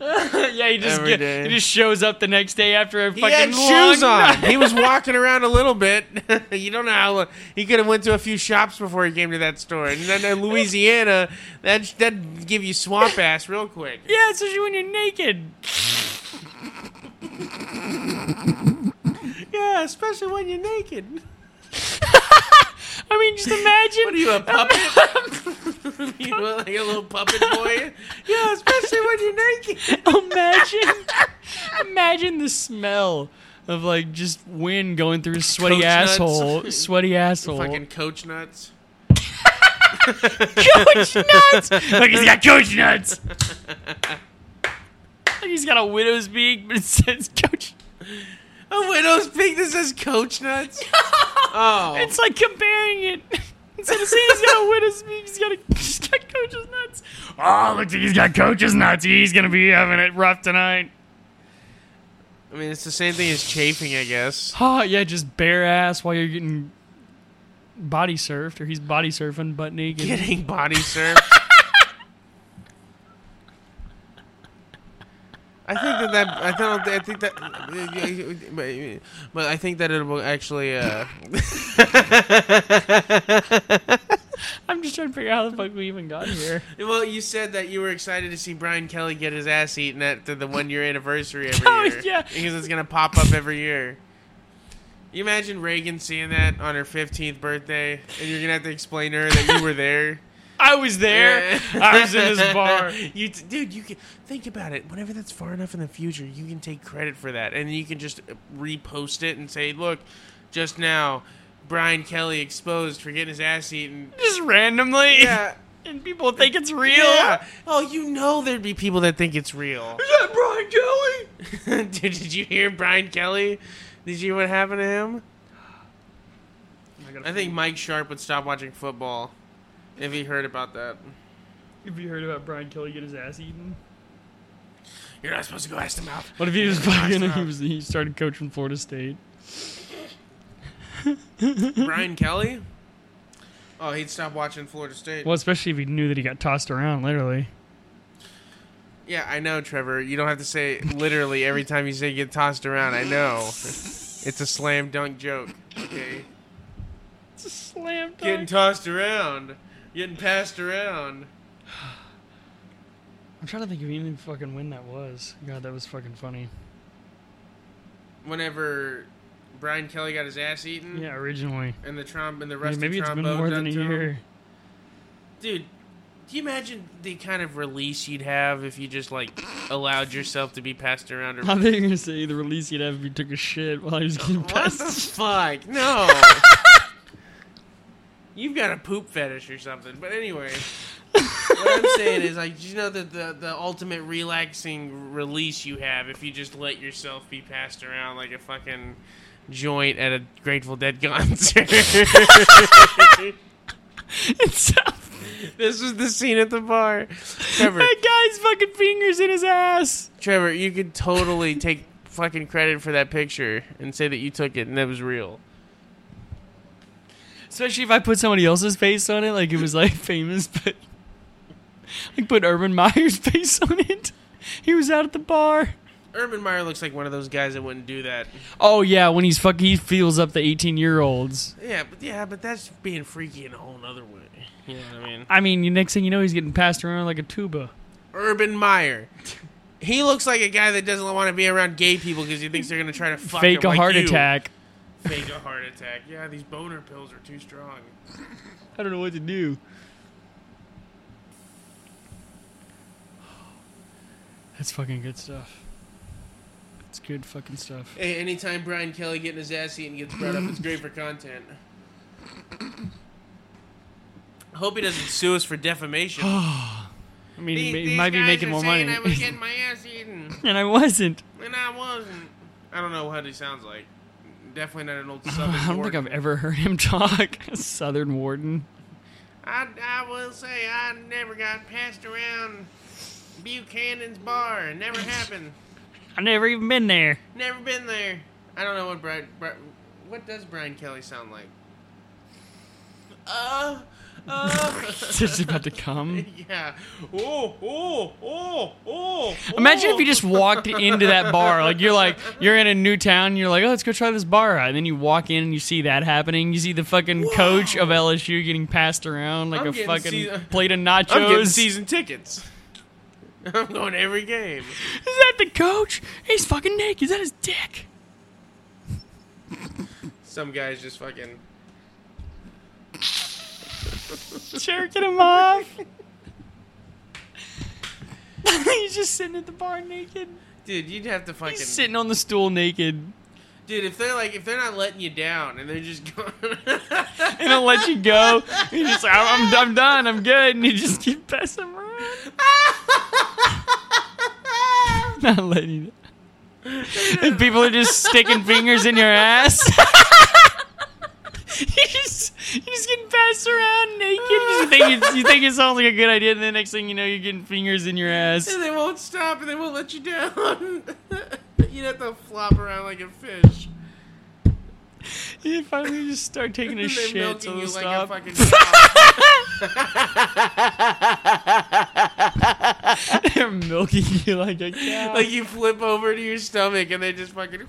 S1: Yeah, he just
S2: Every
S1: get,
S2: day.
S1: he just shows up the next day after a
S2: He
S1: fucking
S2: had shoes
S1: long
S2: on.
S1: night.
S2: He was walking around a little bit. <laughs> you don't know how lo- he could have went to a few shops before he came to that store. And then in Louisiana, that that give you swamp ass real quick.
S1: Yeah, especially when you're naked.
S2: Yeah, especially when you're naked.
S1: I mean, just imagine.
S2: What are you a <laughs> puppet? you look like a little <laughs> puppet boy. Yeah, especially when you're naked.
S1: <laughs> imagine imagine the smell of like just wind going through his sweaty
S2: Coach nuts.
S1: asshole
S2: <laughs>
S1: sweaty asshole
S2: <laughs> Fucking coach nuts.
S1: <laughs> coach nuts like he's got coach
S2: <laughs>
S1: nuts like he's got a widow's beak but it says coach
S2: A widow's peak that says coach nuts? <laughs> Oh.
S1: it's like comparing it <laughs> instead of saying he's got a widow's beak he's got a <laughs> he's got coach's nuts oh looks like he's got coach's nuts he's gonna be having it rough tonight
S2: I mean, it's the same thing as chafing, I guess. <laughs>
S1: oh yeah just bare ass while you're getting body surfed, or he's body surfing butt naked.
S2: Getting body served. <laughs> I think that, that I don't I think that <laughs> but I think that it will actually uh,
S1: I'm just trying to figure out how the fuck we even got here.
S2: well you said that you were excited to see Brian Kelly get his ass eaten at the, the one year anniversary
S1: <laughs>
S2: every
S1: Oh,
S2: year
S1: yeah.
S2: because it's gonna pop up every year. You imagine Reagan seeing that on her 15th birthday and you're gonna have to explain to her that you were there.
S1: <laughs> I was <laughs> there.
S2: Yeah.
S1: I was in this <laughs> bar.
S2: <laughs> you, t- dude, you can think about it. Whenever that's far enough in the future, you can take credit for that, and you can just uh, repost it and say, "Look, just now, Brian Kelly exposed for getting his ass eaten."
S1: Just randomly.
S2: <laughs> Yeah.
S1: And people think it's real.
S2: Yeah. Oh, you know there'd be people that think it's real. <laughs>
S1: Is that Brian Kelly?
S2: Dude, did you hear Brian Kelly? Did you hear what happened to him? I think Mike Sharp would stop watching football if he heard about that.
S1: Have you heard about Brian Kelly getting his ass eaten?
S2: You're not supposed to go ass to mouth.
S1: What if he was fucking?
S2: Nice
S1: He
S2: job.
S1: was. He started coaching Florida State.
S2: <laughs> Brian Kelly? Oh, he'd stop watching Florida State.
S1: Well, especially if he knew that he got tossed around, literally.
S2: Yeah, I know, Trevor. You don't have to say literally every time you say get tossed around. I <laughs> know. It's a slam dunk joke. <laughs> Okay.
S1: It's a slam dunk.
S2: Getting tossed around. Getting passed around.
S1: I'm trying to think of any fucking win that was. God, that was fucking funny.
S2: Whenever Brian Kelly got his ass eaten
S1: Yeah, originally.
S2: and the trom and the
S1: Yeah,
S2: Mm. rusty
S1: maybe it's been
S2: trombone
S1: more than
S2: done
S1: a
S2: to him.
S1: year. <laughs>
S2: Dude, do you imagine the kind of release you'd have if you just like allowed yourself to be passed around or
S1: I thought you were gonna say the release he'd have if he took a shit while he was getting
S2: <laughs> What the
S1: passed.
S2: fuck? No. You've got a poop fetish or something. But anyway, what I'm saying is, like, you know, the, the the ultimate relaxing release you have if you just let yourself be passed around like a fucking joint at a Grateful Dead <laughs> concert.
S1: <laughs> It's
S2: this was the scene at the bar. Trevor,
S1: that guy's fucking fingers in his ass.
S2: Trevor, you could totally take fucking credit for that picture and say that you took it and that was real.
S1: Especially if I put somebody else's face on it, like it was like <laughs> famous, but like put Urban Meyer's <laughs> face on it. He was out at the bar.
S2: Urban Meyer looks like one of those guys that wouldn't do that.
S1: Oh yeah, when he's fuck, he feels up the eighteen year olds.
S2: Yeah, but yeah, but that's being freaky in a whole other way. You know what I mean?
S1: I mean, you- next thing you know, he's getting passed around like a tuba.
S2: Urban Meyer. He looks like a guy that doesn't want to be around gay people because he thinks they're gonna try to fuck
S1: Fake
S2: him
S1: a
S2: like
S1: heart
S2: you.
S1: attack.
S2: Fake a heart attack. Yeah, these boner pills are too strong.
S1: I don't know what to do. That's fucking good stuff. It's good fucking stuff.
S2: Hey, anytime Brian Kelly getting his ass eaten gets brought up, it's great for content. I hope he doesn't sue us for <gasps> defamation. <laughs>
S1: I mean,
S2: These-
S1: he, may- he
S2: these
S1: might be
S2: guys
S1: making
S2: are
S1: more money.
S2: saying I was getting my ass eaten.
S1: <laughs> and I <laughs> wasn't.
S2: And I wasn't. I don't know what he sounds like. Definitely not
S1: <laughs>
S2: an old Southern.
S1: I don't think I've
S2: warden.
S1: ever heard him <laughs> talk. Southern Warden.
S2: I,
S1: e-,
S2: I will say I never got passed around Buchanan's bar.
S1: <laughs>
S2: It Never happened.
S1: I've never even been <laughs> there.
S2: Never been there. I don't know what Brian. Bri- what does Brian Kelly sound like? Uh. Uh.
S1: It's just about to come.
S2: <laughs> yeah. Oh, oh, oh, oh.
S1: Imagine
S2: oh.
S1: if you just walked into that bar. Like you're like you're in a new town. You're like, oh, let's go try this bar out. And then you walk in and you see that happening. You see the fucking coach of LSU getting passed around like
S2: I'm
S1: a
S2: getting
S1: fucking
S2: se-
S1: plate of nachos.
S2: I'm
S1: <laughs>
S2: getting season tickets. <laughs> I'm going to every game.
S1: Is that the coach? He's fucking naked. Is that his dick?
S2: Some guys just fucking.
S1: Jerking him off. <laughs> He's just sitting at the bar naked.
S2: Dude, you'd have to fucking.
S1: He's sitting on the stool naked.
S2: Dude, if they're like, if they're not letting you down and they're just going. <laughs>
S1: <laughs> and I'll let you go. You're just like, I'm, I'm, I'm done, I'm good. And you just keep passing
S2: <laughs>
S1: around. Not letting you. And people are just sticking fingers in your ass. <laughs> you just, you just getting passed around naked. You, just think it's, you think it sounds like a good idea, and the next thing you know, you're getting fingers in your ass.
S2: and they won't stop and they won't let you <laughs> down. you'd have to flop around like a fish.
S1: You finally just start taking a
S2: <laughs> They're
S1: shit
S2: milking
S1: till
S2: you
S1: it
S2: like a
S1: stop.
S2: fucking cow.
S1: <laughs> <laughs> They're milking you like a cow.
S2: like you flip over to your stomach and they just fucking.
S1: you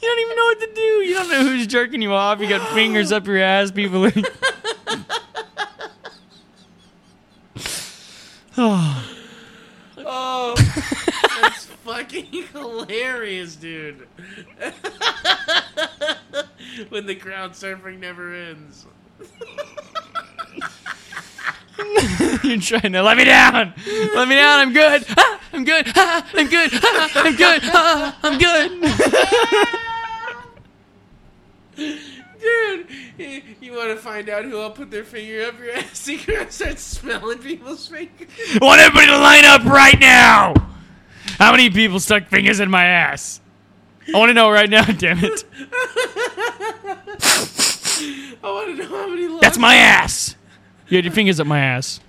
S1: don't even know what to do. You don't know who's jerking you off. You got fingers up your ass. People are. <sighs> oh,
S2: Oh, <laughs> that's fucking hilarious, dude. <laughs> when the crowd surfing never ends.
S1: you're trying to let me down. Let me down. I'm good. Ah, I'm good. Ah, I'm good. Ah, I'm good. Ah, I'm good. <laughs>
S2: Dude, y- you want to find out who all put their finger up your <laughs> ass? You gonna start smelling people's fingers.
S1: I want everybody to line up right now. How many people stuck fingers in my ass? I want to know right now. Damn it.
S2: I want to know how many.
S1: That's my ass. You had your fingers up my ass.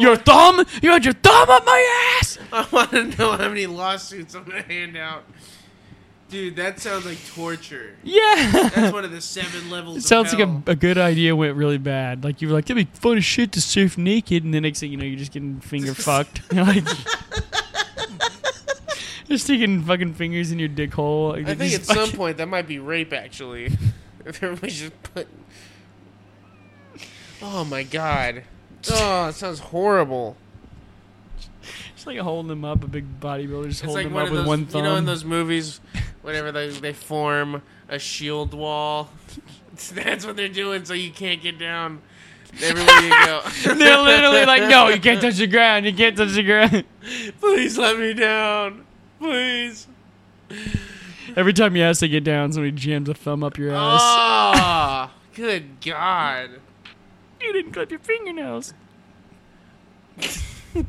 S1: Your thumb? You had your thumb up my ass?
S2: I want to know how many lawsuits I'm gonna hand out. Dude, that sounds like torture.
S1: <laughs> Yeah.
S2: That's one of the seven levels.
S1: It sounds
S2: of
S1: like
S2: hell.
S1: a, a good idea went really bad. Like you were like, that'd be fun as shit to surf naked, and the next thing you know, you're just getting
S2: <laughs>
S1: finger fucked. <laughs> You're like, just taking fucking fingers in your dick hole. Like,
S2: I think
S1: just
S2: at some
S1: fucking-
S2: point that might be rape, actually. <laughs> if everybody's just putting. Oh my god. Oh, it sounds horrible.
S1: it's like holding them up, a big bodybuilder just
S2: It's
S1: holding
S2: like
S1: them
S2: one
S1: up
S2: of
S1: with
S2: those,
S1: one thumb.
S2: you know, in those movies, whenever they they form a shield wall, <laughs> that's what they're doing, so you can't get down. Everywhere you go,
S1: <laughs> <laughs>
S2: <laughs>
S1: They're literally like, no, you can't touch the ground. You can't touch the ground.
S2: Please let me down, please.
S1: Every time you ask to get down, somebody jams a thumb up your ass.
S2: Oh, good god.
S1: You didn't clip your fingernails.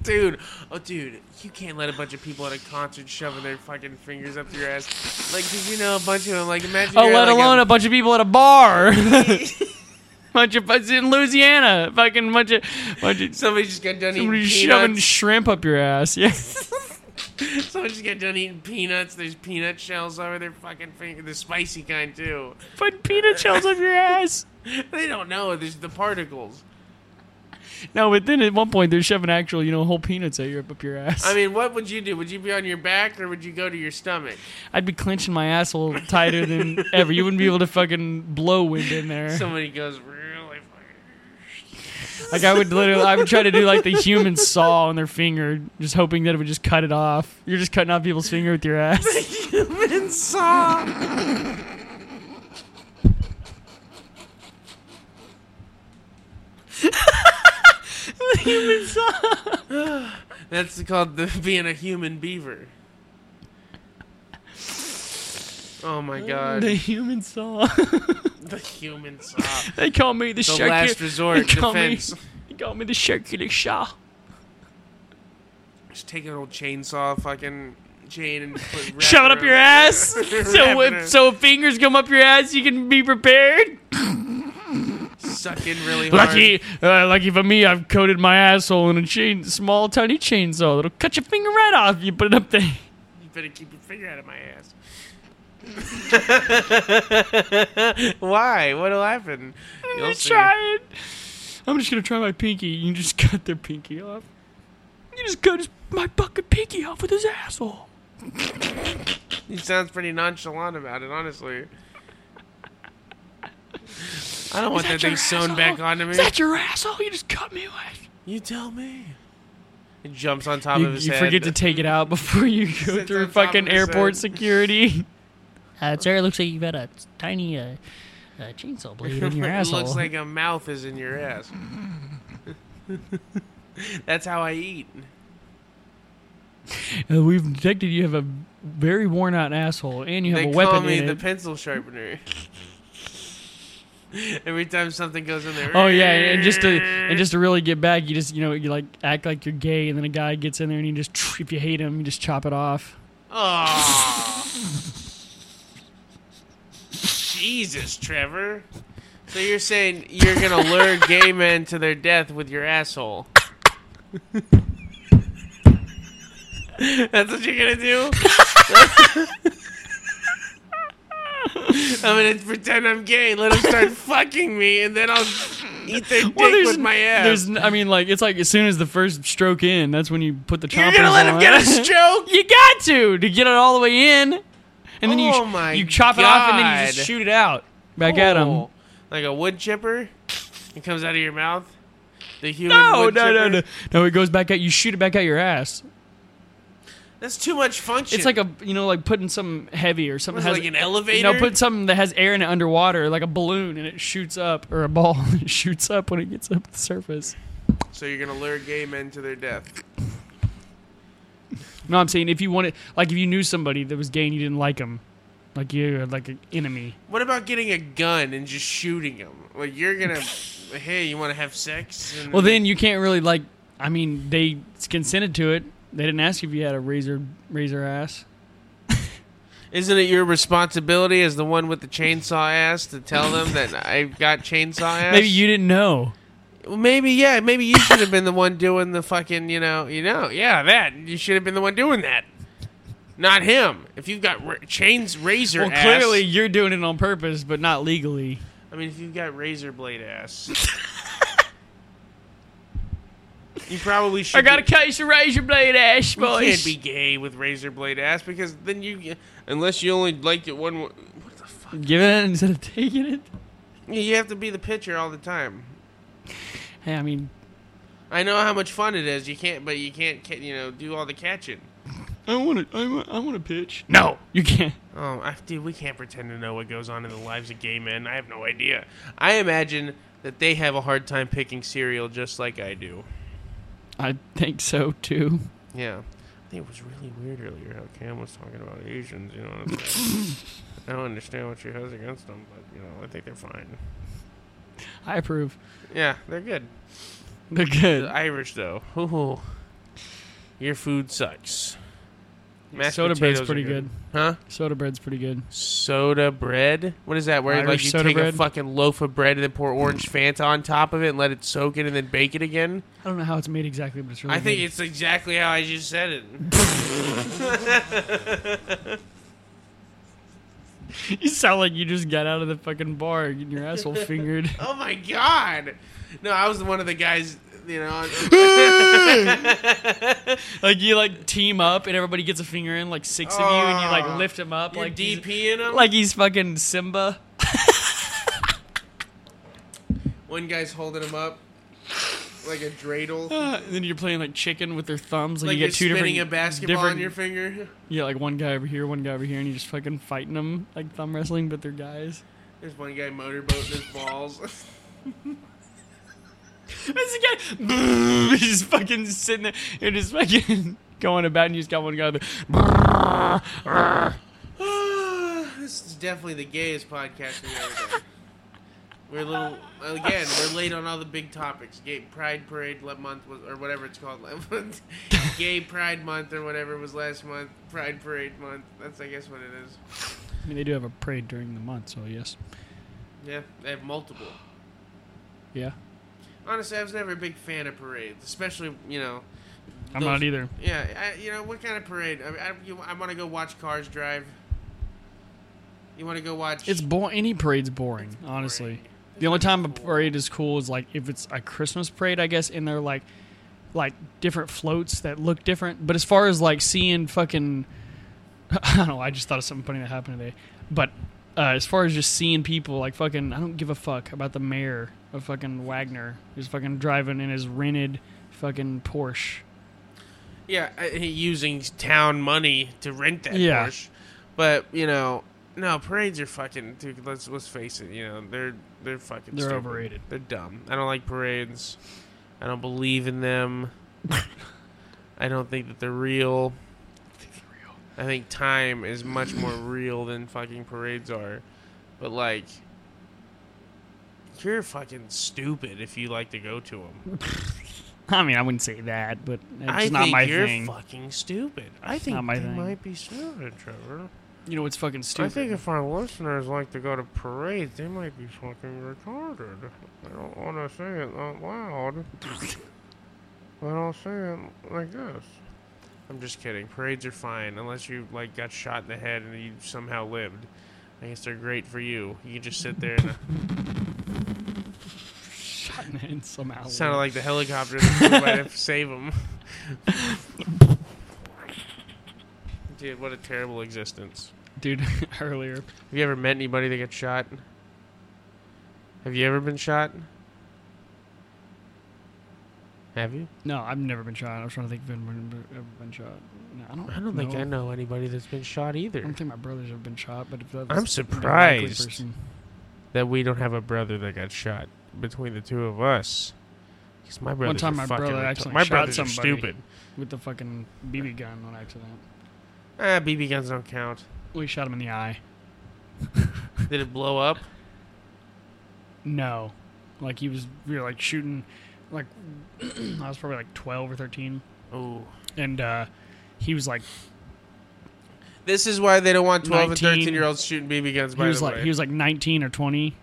S2: Dude, oh dude, you can't let a bunch of people at a concert shoving their fucking fingers up your ass. Like, did you know a bunch of them? Like, imagine.
S1: Oh,
S2: you're
S1: let
S2: at, like,
S1: alone
S2: a-
S1: a, bunch of people at a
S2: <laughs>
S1: bar. <laughs> bunch of it's in Louisiana. Fucking bunch of bunch
S2: <laughs>
S1: of
S2: somebody just got done
S1: somebody
S2: eating
S1: shoving
S2: peanuts.
S1: shrimp up your ass. <laughs> Yeah.
S2: <laughs> somebody just got done eating peanuts. There's peanut shells over their fucking finger, the spicy kind too. <laughs>
S1: Put peanut shells up your ass.
S2: They don't know. There's the particles.
S1: No, but then at one point they're shoving actual, you know, whole peanuts at your up your ass.
S2: I mean, what would you do? Would you be on your back or would you go to
S1: <laughs>
S2: your stomach?
S1: I'd be clenching my asshole tighter than ever. You wouldn't be able to fucking blow wind in there.
S2: Somebody goes really. fucking-
S1: Like I would literally, I would try to do like the human saw on their finger, just hoping that it would just cut it off. You're just cutting off people's finger with your ass.
S2: <laughs>
S1: <laughs>
S2: Human saw.
S1: human saw.
S2: That's called the, <laughs> being a human beaver. Oh my god.
S1: <laughs> The human saw.
S2: The human saw.
S1: They call me the,
S2: The
S1: Sharky-
S2: last resort
S1: They call
S2: defense.
S1: Me, they call me the Sharky Shaw.
S2: Just take an old chainsaw fucking chain and put,
S1: <laughs>
S2: wrap
S1: Shove it up
S2: around-
S1: your ass.
S2: <laughs> Wrap
S1: so
S2: it
S1: if
S2: up.
S1: so if fingers come up your ass, you can be prepared.
S2: Suck in really hard.
S1: Lucky, uh, lucky for me, I've coated my asshole in a chain, small tiny chainsaw that'll cut your finger right off. if You put it up there. <laughs>
S2: You better keep your finger out of my ass. <laughs> Why? What'll happen?
S1: I'm
S2: You'll
S1: gonna
S2: see.
S1: try it. I'm just gonna try my pinky. You can just <laughs> cut their pinky off. You just cut his, my fucking pinky off with his asshole.
S2: He sounds pretty nonchalant about it, honestly. I don't want
S1: Is that
S2: that, thing
S1: your
S2: sewn
S1: asshole?
S2: back onto me.
S1: Is that your asshole? You just cut me away.
S2: You tell me. He jumps on top
S1: You,
S2: of his
S1: you
S2: head.
S1: forget to take it out <laughs> before you go
S2: Sits
S1: through
S2: on top
S1: fucking
S2: of his
S1: airport
S2: head. <laughs>
S1: security.
S4: Uh, sir, it looks like you've got a tiny uh, uh, chainsaw blade in your
S2: <laughs> it
S4: asshole.
S2: looks like a mouth is in your
S1: <laughs>
S2: ass. <laughs> That's how I eat.
S1: Uh, we've detected you have a very worn out asshole, and you have
S2: They
S1: a
S2: call
S1: weapon
S2: me
S1: in
S2: the
S1: it.
S2: pencil sharpener. <laughs> Every time something goes in there.
S1: Oh yeah, and just to and just to really get back, you just you know you like act like you're gay, and then a guy gets in there, and you just if you hate him, you just chop it off.
S2: Aw. Jesus, Trevor. So you're saying you're gonna lure gay men to their death with your asshole? That's what you're gonna do? I'm gonna pretend I'm gay. Let them start fucking me, and then I'll eat their dick with my ass.
S1: There's, n- I mean, like it's like as soon as the first stroke in, that's when you put the.
S2: You're gonna
S1: chompers
S2: let him
S1: on.
S2: get
S1: <laughs>
S2: a stroke?
S1: you got to to get it all the way in, and then
S2: Oh
S1: you
S2: my
S1: you chop it off and then you
S2: God.
S1: just shoot it out back at him.
S2: Oh, Like a wood chipper? It comes out of your mouth? The human
S1: No,
S2: wood
S1: no, no,
S2: chipper?
S1: no, no. It goes back at you. Shoot it back at your ass.
S2: That's too much function.
S1: It's like a you know like putting something heavy or
S2: What
S1: something
S2: is it,
S1: has
S2: like an
S1: you
S2: elevator?
S1: know put something that has air in it underwater like a balloon and it shoots up or a ball <laughs> and it shoots up when it gets up to the surface.
S2: so you're gonna lure gay men to their death.
S1: No, I'm saying if you wanted like if you knew somebody that was gay and you didn't like them, like you are like an enemy.
S2: What about getting a gun and just shooting them? Like you're gonna, <laughs> hey, you want to have sex? And
S1: Well, then you can't really like. I mean, they consented to it. They didn't ask you if you had a razor razor ass.
S2: isn't it your responsibility as the one with the chainsaw ass to tell them that I've got chainsaw
S1: <laughs>
S2: ass?
S1: Maybe you didn't know.
S2: Well, maybe yeah. Maybe you should have been the one doing the fucking. You know. You know. Yeah, that. You should have been the one doing that. Not him. If you've got ra- chains, razor.
S1: Well,
S2: ass-
S1: clearly you're doing it on purpose, but not legally.
S2: I mean, if you've got razor blade
S1: <laughs>
S2: ass. You probably should.
S1: I got a
S2: be,
S1: case of razor blade ash,
S2: You
S1: boys.
S2: can't be gay with razor blade ass because then you, unless you only liked it one. wa- What the fuck?
S1: Giving it instead of taking it.
S2: You have to be the pitcher all the time.
S1: Hey, I mean,
S2: I know how much fun it is. You can't, but you can't, ca- you know, do all the catching.
S1: I want to. I want. I want to pitch. No, you can't.
S2: Oh, I, dude, we can't pretend to know what goes on in the lives of gay men. I have no idea. I imagine that they have a hard time picking cereal just like I do.
S1: I think so too.
S2: Yeah. I think it was really weird earlier how Cam was talking about Asians, you know what I'm saying? <laughs> I don't understand what she has against them, but, you know, I think they're fine.
S1: I approve.
S2: Yeah, they're good.
S1: They're
S2: The
S1: good.
S2: Irish, though. Ooh. Your food sucks. Mashed
S1: soda bread's
S2: potatoes are
S1: pretty good.
S2: Huh?
S1: Soda bread's pretty good.
S2: soda bread. What is that? Where like
S1: Irish
S2: you
S1: soda
S2: take
S1: bread? Mm.
S2: a fucking loaf of bread and then pour orange Fanta on top of it and let it soak in and then bake it again.
S1: I don't know how it's made exactly, but it's really.
S2: I think
S1: good.
S2: it's exactly how I just said <laughs> it.
S1: <laughs> You sound like you just got out of the fucking bar and your asshole <laughs> fingered.
S2: oh my god! No, I was one of the guys. You know, on-
S1: Like you like team up and everybody gets a finger in, like six of you, and you
S2: Oh.
S1: like lift him up,
S2: you're <laughs>
S1: like
S2: DP
S1: he's,
S2: in them.
S1: like he's fucking Simba.
S2: one guy's holding him up like a dreidel.
S1: and then you're playing like chicken with their thumbs, like,
S2: like
S1: you
S2: you're
S1: get two different
S2: spinning a basketball
S1: different,
S2: on your finger.
S1: yeah, like one guy over here, one guy over here, and you're just fucking fighting them like thumb wrestling, but they're guys. <laughs>
S2: There's one guy motorboating his balls. <laughs>
S1: This guy, <laughs> he's just fucking sitting there and just fucking <laughs> going about, and you just got one guy over <laughs> there.
S2: <sighs> this is definitely the gayest podcast we've ever done. We're a little again. We're late on all the big topics. Gay Pride Parade le- month was, or whatever it's called. <laughs> le- month. Gay Pride Month or whatever was last month. Pride Parade Month. That's I guess what it is.
S1: I mean, they do have a parade during the month, so yes,
S2: Yeah, they have multiple.
S1: yeah,
S2: Honestly, I was never a big fan of parades, especially you know.
S1: I'm
S2: those-
S1: not either.
S2: Yeah, I, you know what kind of parade? I, I, you, I want to go watch cars drive. You want to go watch?
S1: It's boring. Any parade's boring, honestly. The only time a parade is cool is like if it's a Christmas parade, I guess, and they're like, like different floats that look different. But as far as like seeing fucking, <laughs> I don't know. I just thought of something funny that happened today. But uh, as far as just seeing people, like fucking, I don't give a fuck about the mayor of fucking Wagner who's fucking driving in his rented fucking Porsche. <laughs>
S2: Yeah, uh, he using town money to rent that
S1: Yeah.
S2: Porsche. But you know, no parades are fucking. Dude, let's let's face it. You know, they're they're fucking.
S1: They're
S2: stupid.
S1: overrated.
S2: They're dumb. I don't like parades. I don't believe
S1: <laughs>
S2: in them. I don't think that they're real. I think time is much more real than fucking parades are. But like, you're fucking stupid if you like to go to them.
S1: I mean, I wouldn't say that, but it's
S2: I
S1: not
S2: think
S1: my
S2: you're
S1: thing.
S2: fucking stupid. I think
S1: not my
S2: they
S1: thing.
S2: might be stupid, Trevor.
S1: you know, it's fucking stupid.
S2: I
S1: <laughs>
S2: think if our listeners like to go to parades, they might be fucking retarded. I don't want to say it out loud, but I'll say it like this. I'm just kidding. Parades are fine unless you like got shot in the head and you somehow lived. I guess they're great for you. You can just sit there and uh,
S1: Shot in the head somehow.
S2: sounded like the helicopter that might have
S1: <laughs>
S2: saved them. Dude, what a terrible existence.
S1: dude <laughs> earlier.
S2: Have you ever met anybody that got shot? Have you ever been shot? Have you?
S1: No, I've never been shot. I was trying to think if I've been- ever been shot. No, I don't.
S2: I don't think I know anybody that's been shot
S1: I
S2: either.
S1: don't think my brothers have been shot, but if that was
S2: I'm
S1: the likely
S2: surprised.
S1: person-
S2: That we don't have a brother that got shot between the two of us. 'Cause my brother's
S1: time
S2: are
S1: my
S2: fucking
S1: brother
S2: retar-
S1: accidentally
S2: my
S1: shot
S2: brothers are
S1: somebody.
S2: stupid.
S1: with the fucking BB gun on accident.
S2: Ah, BB guns don't count.
S1: We shot him in the eye.
S2: Did it blow up?
S1: No, like he was. We were like shooting. Like <clears throat> I was probably like twelve or thirteen,
S2: Oh.
S1: and uh, he was like
S2: This is why they don't want 12 and 13
S1: 19.
S2: year olds shooting BB guns, by
S1: he was
S2: the
S1: like
S2: way. Hmm.
S1: he was like 19 or 20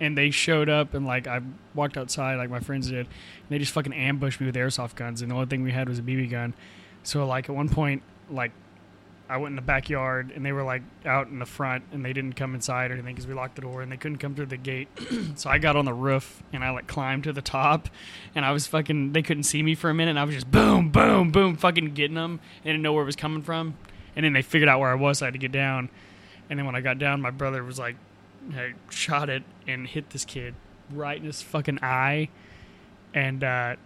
S1: and they showed up and like i walked outside like my friends did and they just fucking ambushed me with airsoft guns and the only thing we had was a bb gun so like at one point like i went in the backyard and they were like out in the front and they didn't come inside or anything because we locked the door and they couldn't come through the gate <clears throat> so i got on the roof and i like climbed to the top and i was fucking they couldn't see me for a minute and i was just boom boom boom fucking getting them they didn't know where it was coming from and then they figured out where i was so i had to get down and then when I got down, my brother was like, I shot it and hit this kid right in his fucking eye. And, uh,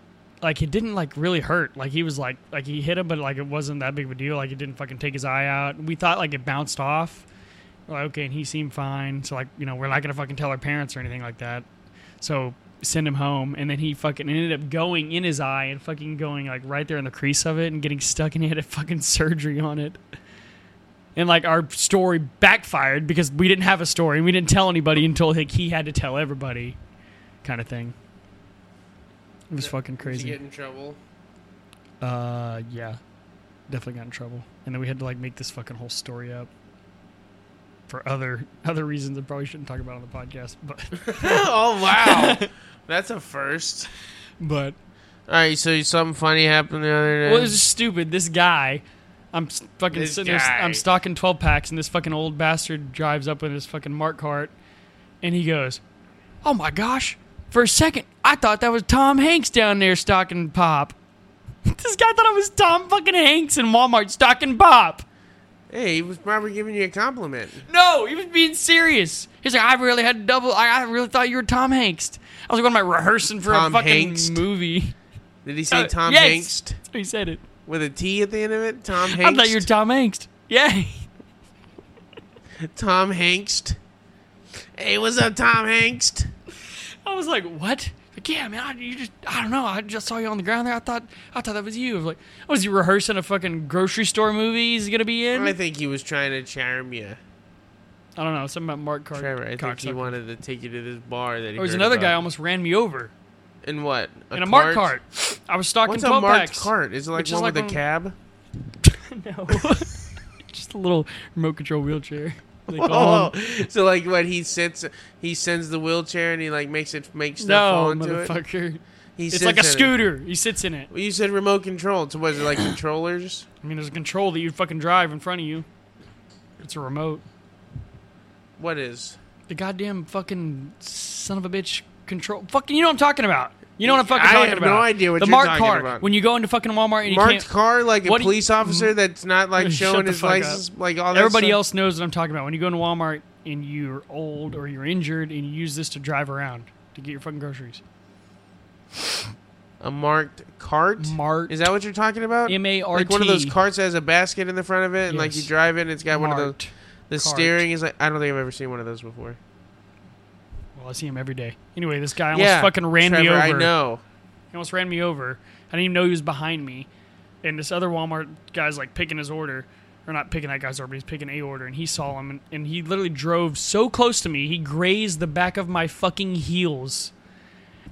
S1: like it didn't like really hurt. Like he was like like he hit him, but like it wasn't that big of a deal. Like it didn't fucking take his eye out. We thought like it bounced off. We're like okay, and he seemed fine. So like you know we're not gonna fucking tell our parents or anything like that. So send him home, and then he fucking ended up going in his eye and fucking going like right there in the crease of it and getting stuck, and he had a fucking <laughs> surgery on it and like our story backfired because we didn't have a story and we didn't tell anybody until like he had to tell everybody kind of thing it was fucking
S2: Did
S1: crazy
S2: you get in trouble? <laughs>
S1: uh yeah definitely got in trouble and then we had to like make this fucking whole story up for other <laughs> other reasons i probably shouldn't talk about on the podcast but <laughs>
S2: oh, wow. That's a first.
S1: but
S2: All right, so something funny happened the other day.
S1: Well, it was just stupid. This guy, I'm s- fucking
S2: This
S1: sitting there,
S2: guy.
S1: I'm stocking 12 packs, and this fucking old bastard drives up in his fucking Mark cart, and he goes, Oh my gosh, for a second, I thought that was Tom Hanks down there stocking pop. <laughs> this guy thought I was Tom fucking Hanks in Walmart stocking pop.
S2: Hey, he was probably giving you a compliment.
S1: No, he was being serious. He's like, I really had to double, I, I really thought you were Tom Hanks. I was like, what am I rehearsing for
S2: Tom
S1: a fucking
S2: Hanks?
S1: movie? <laughs>
S2: Did he say
S1: Uh,
S2: Tom
S1: yes.
S2: Hanks
S1: So he said it.
S2: with a T at the end of it? Tom Hanks.
S1: I thought you were Tom Hanks. Yeah. <laughs>
S2: <laughs> Tom Hanks. Hey, what's up, Tom Hanks?
S1: I was like, "What?" Like, yeah, man. I, you just, I don't know. I just saw you on the ground there. I thought, I thought that was you. I was like, was you rehearsing a fucking grocery store movie he's gonna be in? I,
S2: I think he was trying to charm you,
S1: don't know. Something about Mark Carter.
S2: Trevor. I think he wanted to take you to this bar that he
S1: There was
S2: heard
S1: another guy
S2: about.
S1: almost ran me over
S2: in what
S1: in a Mark cart. I was stocking
S2: What's a
S1: twelve
S2: marked
S1: packs.
S2: cart? Is it like
S1: Which is
S2: one
S1: like
S2: with a
S1: one-
S2: cab?
S1: <laughs> No, <laughs> just a little remote control
S2: <laughs>
S1: wheelchair. They <laughs> call
S2: Oh,
S1: 'em.
S2: so like when he sits, he sends the wheelchair and he like makes it make stuff fall
S1: no,
S2: into it.
S1: motherfucker.
S2: He
S1: It's
S2: sits
S1: like a
S2: in it.
S1: scooter. He sits in it.
S2: Well, you said remote control. So was
S1: <coughs>
S2: it like controllers?
S1: I mean, there's a control that you fucking drive in front of you. It's a remote.
S2: What is?
S1: the goddamn fucking son of a bitch control. Fucking, you know what I'm talking about. You know what I'm fucking
S2: I
S1: talking
S2: have
S1: about.
S2: no idea what
S1: the
S2: you're
S1: marked
S2: talking
S1: car.
S2: about.
S1: When you go into fucking Walmart and you
S2: Marked
S1: can't,
S2: car like a
S1: What do you- Mm-hmm.
S2: police officer that's not like
S1: <laughs> Shut
S2: showing
S1: the
S2: his
S1: fuck up.
S2: license, like all that
S1: everybody
S2: stuff?
S1: else knows what I'm talking about. When you go into Walmart and you're old or you're injured and you use this to drive around to get your fucking groceries.
S2: A marked cart.
S1: Marked.
S2: Is that what you're talking about?
S1: M A R T.
S2: Like one of those carts that has a basket in the front of it, and like you
S1: Yes.
S2: drive it, and it's got one of those.
S1: Marked.
S2: The
S1: cart.
S2: steering is like I don't think I've ever seen one of those before.
S1: Well, I see him every day. Anyway, this guy almost
S2: yeah,
S1: fucking ran me
S2: Trevor,
S1: over.
S2: I know.
S1: He almost ran me over. I didn't even know he was behind me. And this other Walmart guy's like picking his order, or not picking that guy's order, but he's picking a order. And he saw him, and, and he literally drove so close to me, he grazed the back of my fucking heels.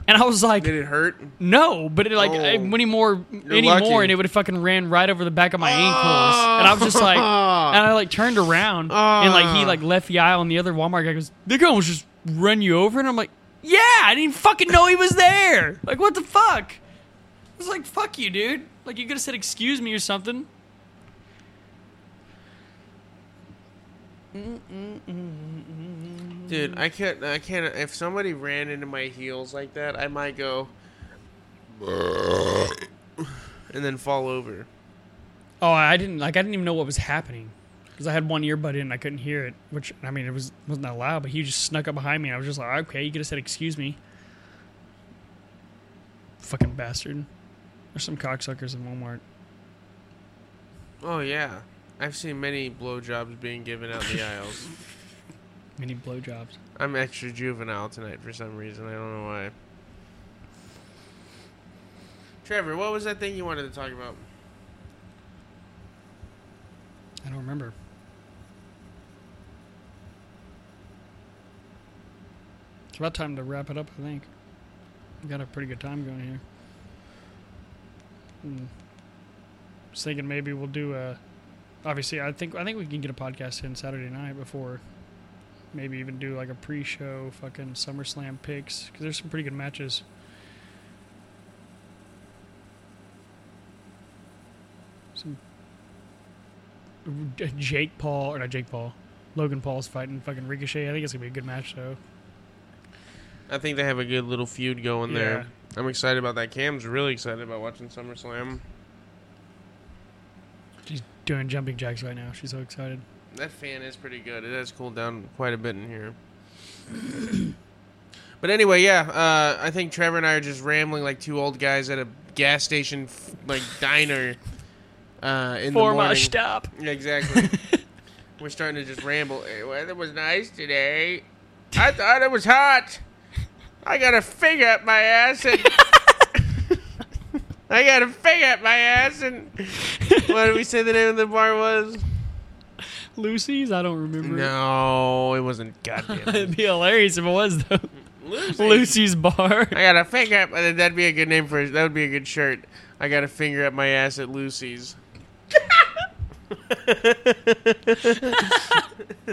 S1: And I was like,
S2: Did it hurt?
S1: no, but it like
S2: Oh.
S1: I- any more, any
S2: lucky.
S1: more, and it would have fucking ran right over the back of my ankles. And I was just like, and
S2: Ah.
S1: I like turned around, and like he like left the aisle, and the other Walmart guy goes, "The guy almost just run you over," and I'm like, "Yeah, I didn't fucking know he was there. Like, what the fuck?" I was like, "Fuck you, dude. Like, you could have said excuse me or something."
S2: Dude, I can't. I can't. If somebody ran into my heels like that, I might go. And then fall over.
S1: Oh, I didn't like. I didn't even know what was happening because I had one earbud in. I couldn't hear it. Which I mean, it was wasn't that loud, but he just snuck up behind me. and I was just like, okay, you could have said excuse me. Fucking bastard. There's some cocksuckers in Walmart.
S2: Oh yeah, I've seen many blowjobs being given out in the aisles.
S1: Many blowjobs.
S2: I'm extra juvenile tonight for some reason. I don't know why. Trevor, what was that thing you wanted to talk about?
S1: I don't remember. It's about time to wrap it up. I think. We got a pretty good time going here. Hmm. Was thinking maybe we'll do a. Obviously, I think I think we can get a podcast in Saturday night before. Maybe even do like a pre-show fucking SummerSlam picks because there's some pretty good matches. Some Jake Paul or not Jake Paul, Logan Paul's fighting fucking Ricochet. I think it's gonna be a good match though.
S2: I think they have a good little feud going there. I'm excited about that. Cam's really excited about watching SummerSlam.
S1: She's doing jumping jacks right now. She's so excited.
S2: That fan is pretty good. It has cooled down quite a bit in here. <coughs> but anyway, yeah, uh, I think Trevor and I are just rambling like two old guys at a gas station, f- like diner, uh, in the morning.
S1: stop.
S2: Yeah, exactly. We're starting to just ramble. "Eh, Weather was nice today. I thought it was hot. I got a finger up my ass and I got a finger up my ass and what did we say the name of the bar was?
S1: Lucy's. I don't remember.
S2: No, it wasn't. Goddamn.
S1: <laughs> It'd be hilarious if it was though.
S2: Lucy.
S1: Lucy's bar.
S2: I got a finger up. uh, That'd be a good name for it. That would be a good shirt. I got a finger up my ass at Lucy's. <laughs>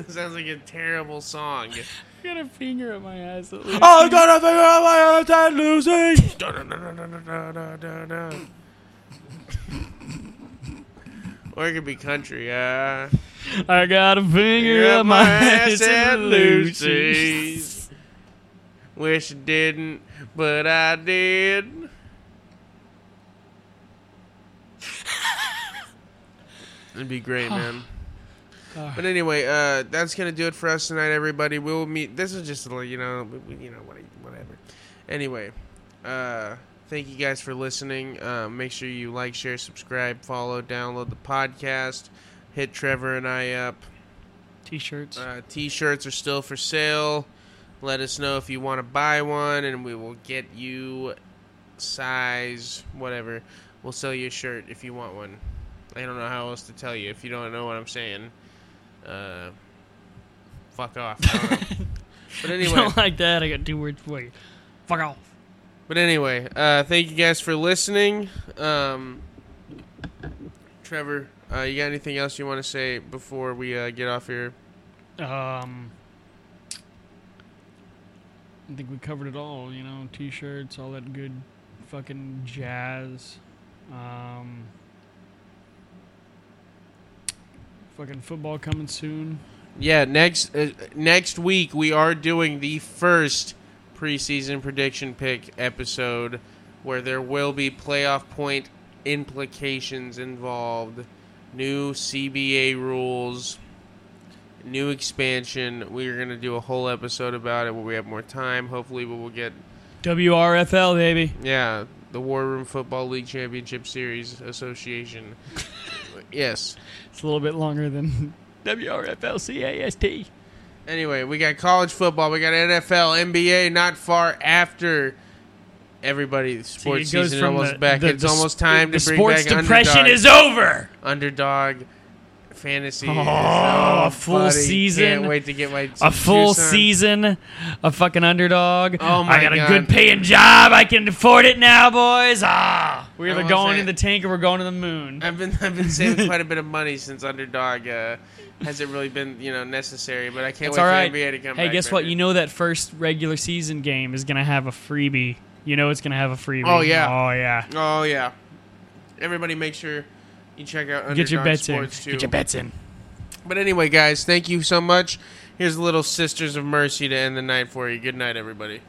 S2: Sounds like a terrible song.
S1: I <laughs> got a finger at my ass. At least.
S2: I got a finger up my ass at Lucy's. Da-da-da-da-da-da-da-da. <laughs> or it could be country. Uh,
S1: I got a finger
S2: finger
S1: up my ass at Lucy's.
S2: Wish I didn't, but I did. It'd be great, man.
S1: Ah.
S2: But anyway, uh, that's gonna do it for us tonight, everybody. We'll meet. This is just a little, you know, we- we- you know, what- whatever. Anyway, uh, thank you guys for listening. Uh, make sure you like, share, subscribe, follow, download the podcast. Hit Trevor and I up.
S1: <laughs> T-shirts.
S2: Uh, t-shirts are still for sale. Let us know if you want to buy one, and we will get you size whatever. We'll sell you a shirt if you want one. I don't know how else to tell you if you don't know what I'm saying. Uh, fuck off. I don't know. but
S1: If you
S2: anyway,
S1: don't like that. I got two words for you. Fuck off.
S2: but anyway, uh, thank you guys for listening. Um, Trevor, uh, you got anything else you want to say before we uh, get off here?
S1: Um, I think we covered it all. You know, t-shirts, all that good fucking jazz. Um, fucking football coming soon.
S2: Yeah, next uh, next week we are doing the first preseason prediction pick episode where there will be playoff point implications involved, new CBA rules, new expansion. We're going to do a whole episode about it when we have more time. Hopefully we will get
S1: WRFL baby.
S2: yeah, the War Room Football League Championship Series Association. yes.
S1: It's a little bit longer than <laughs> WRFLCAST.
S2: Anyway, we got college football, we got NFL, NBA not far after everybody sports season is almost back. it's almost time to bring
S1: sports
S2: back
S1: depression
S2: underdog,
S1: is over.
S2: underdog fantasy.
S1: Oh,
S2: It's-
S1: a full
S2: buddy,
S1: season.
S2: Can't wait to get my
S1: a full
S2: juice on.
S1: season, a fucking underdog.
S2: Oh my
S1: I got
S2: God.
S1: a good paying job. I can afford it now, boys. Ah, we're
S2: I
S1: either
S2: won't
S1: going
S2: say
S1: in the
S2: it.
S1: tank or we're going to the moon.
S2: I've been I've been saving quite
S1: <laughs>
S2: a bit of money since underdog uh, hasn't really been you know necessary, but I can't
S1: It's
S2: wait
S1: all
S2: for
S1: right.
S2: NBA to come
S1: hey,
S2: back.
S1: guess what? You know that first regular season game is gonna have a freebie. You know it's gonna have a freebie.
S2: Oh, yeah.
S1: Oh yeah.
S2: Oh yeah, everybody, make sure you check out underdog
S1: Get your bets in.
S2: sports too.
S1: Get your bets in.
S2: But anyway, guys, thank you so much. Here's a little Sisters of Mercy to end the night for you. Good night, everybody.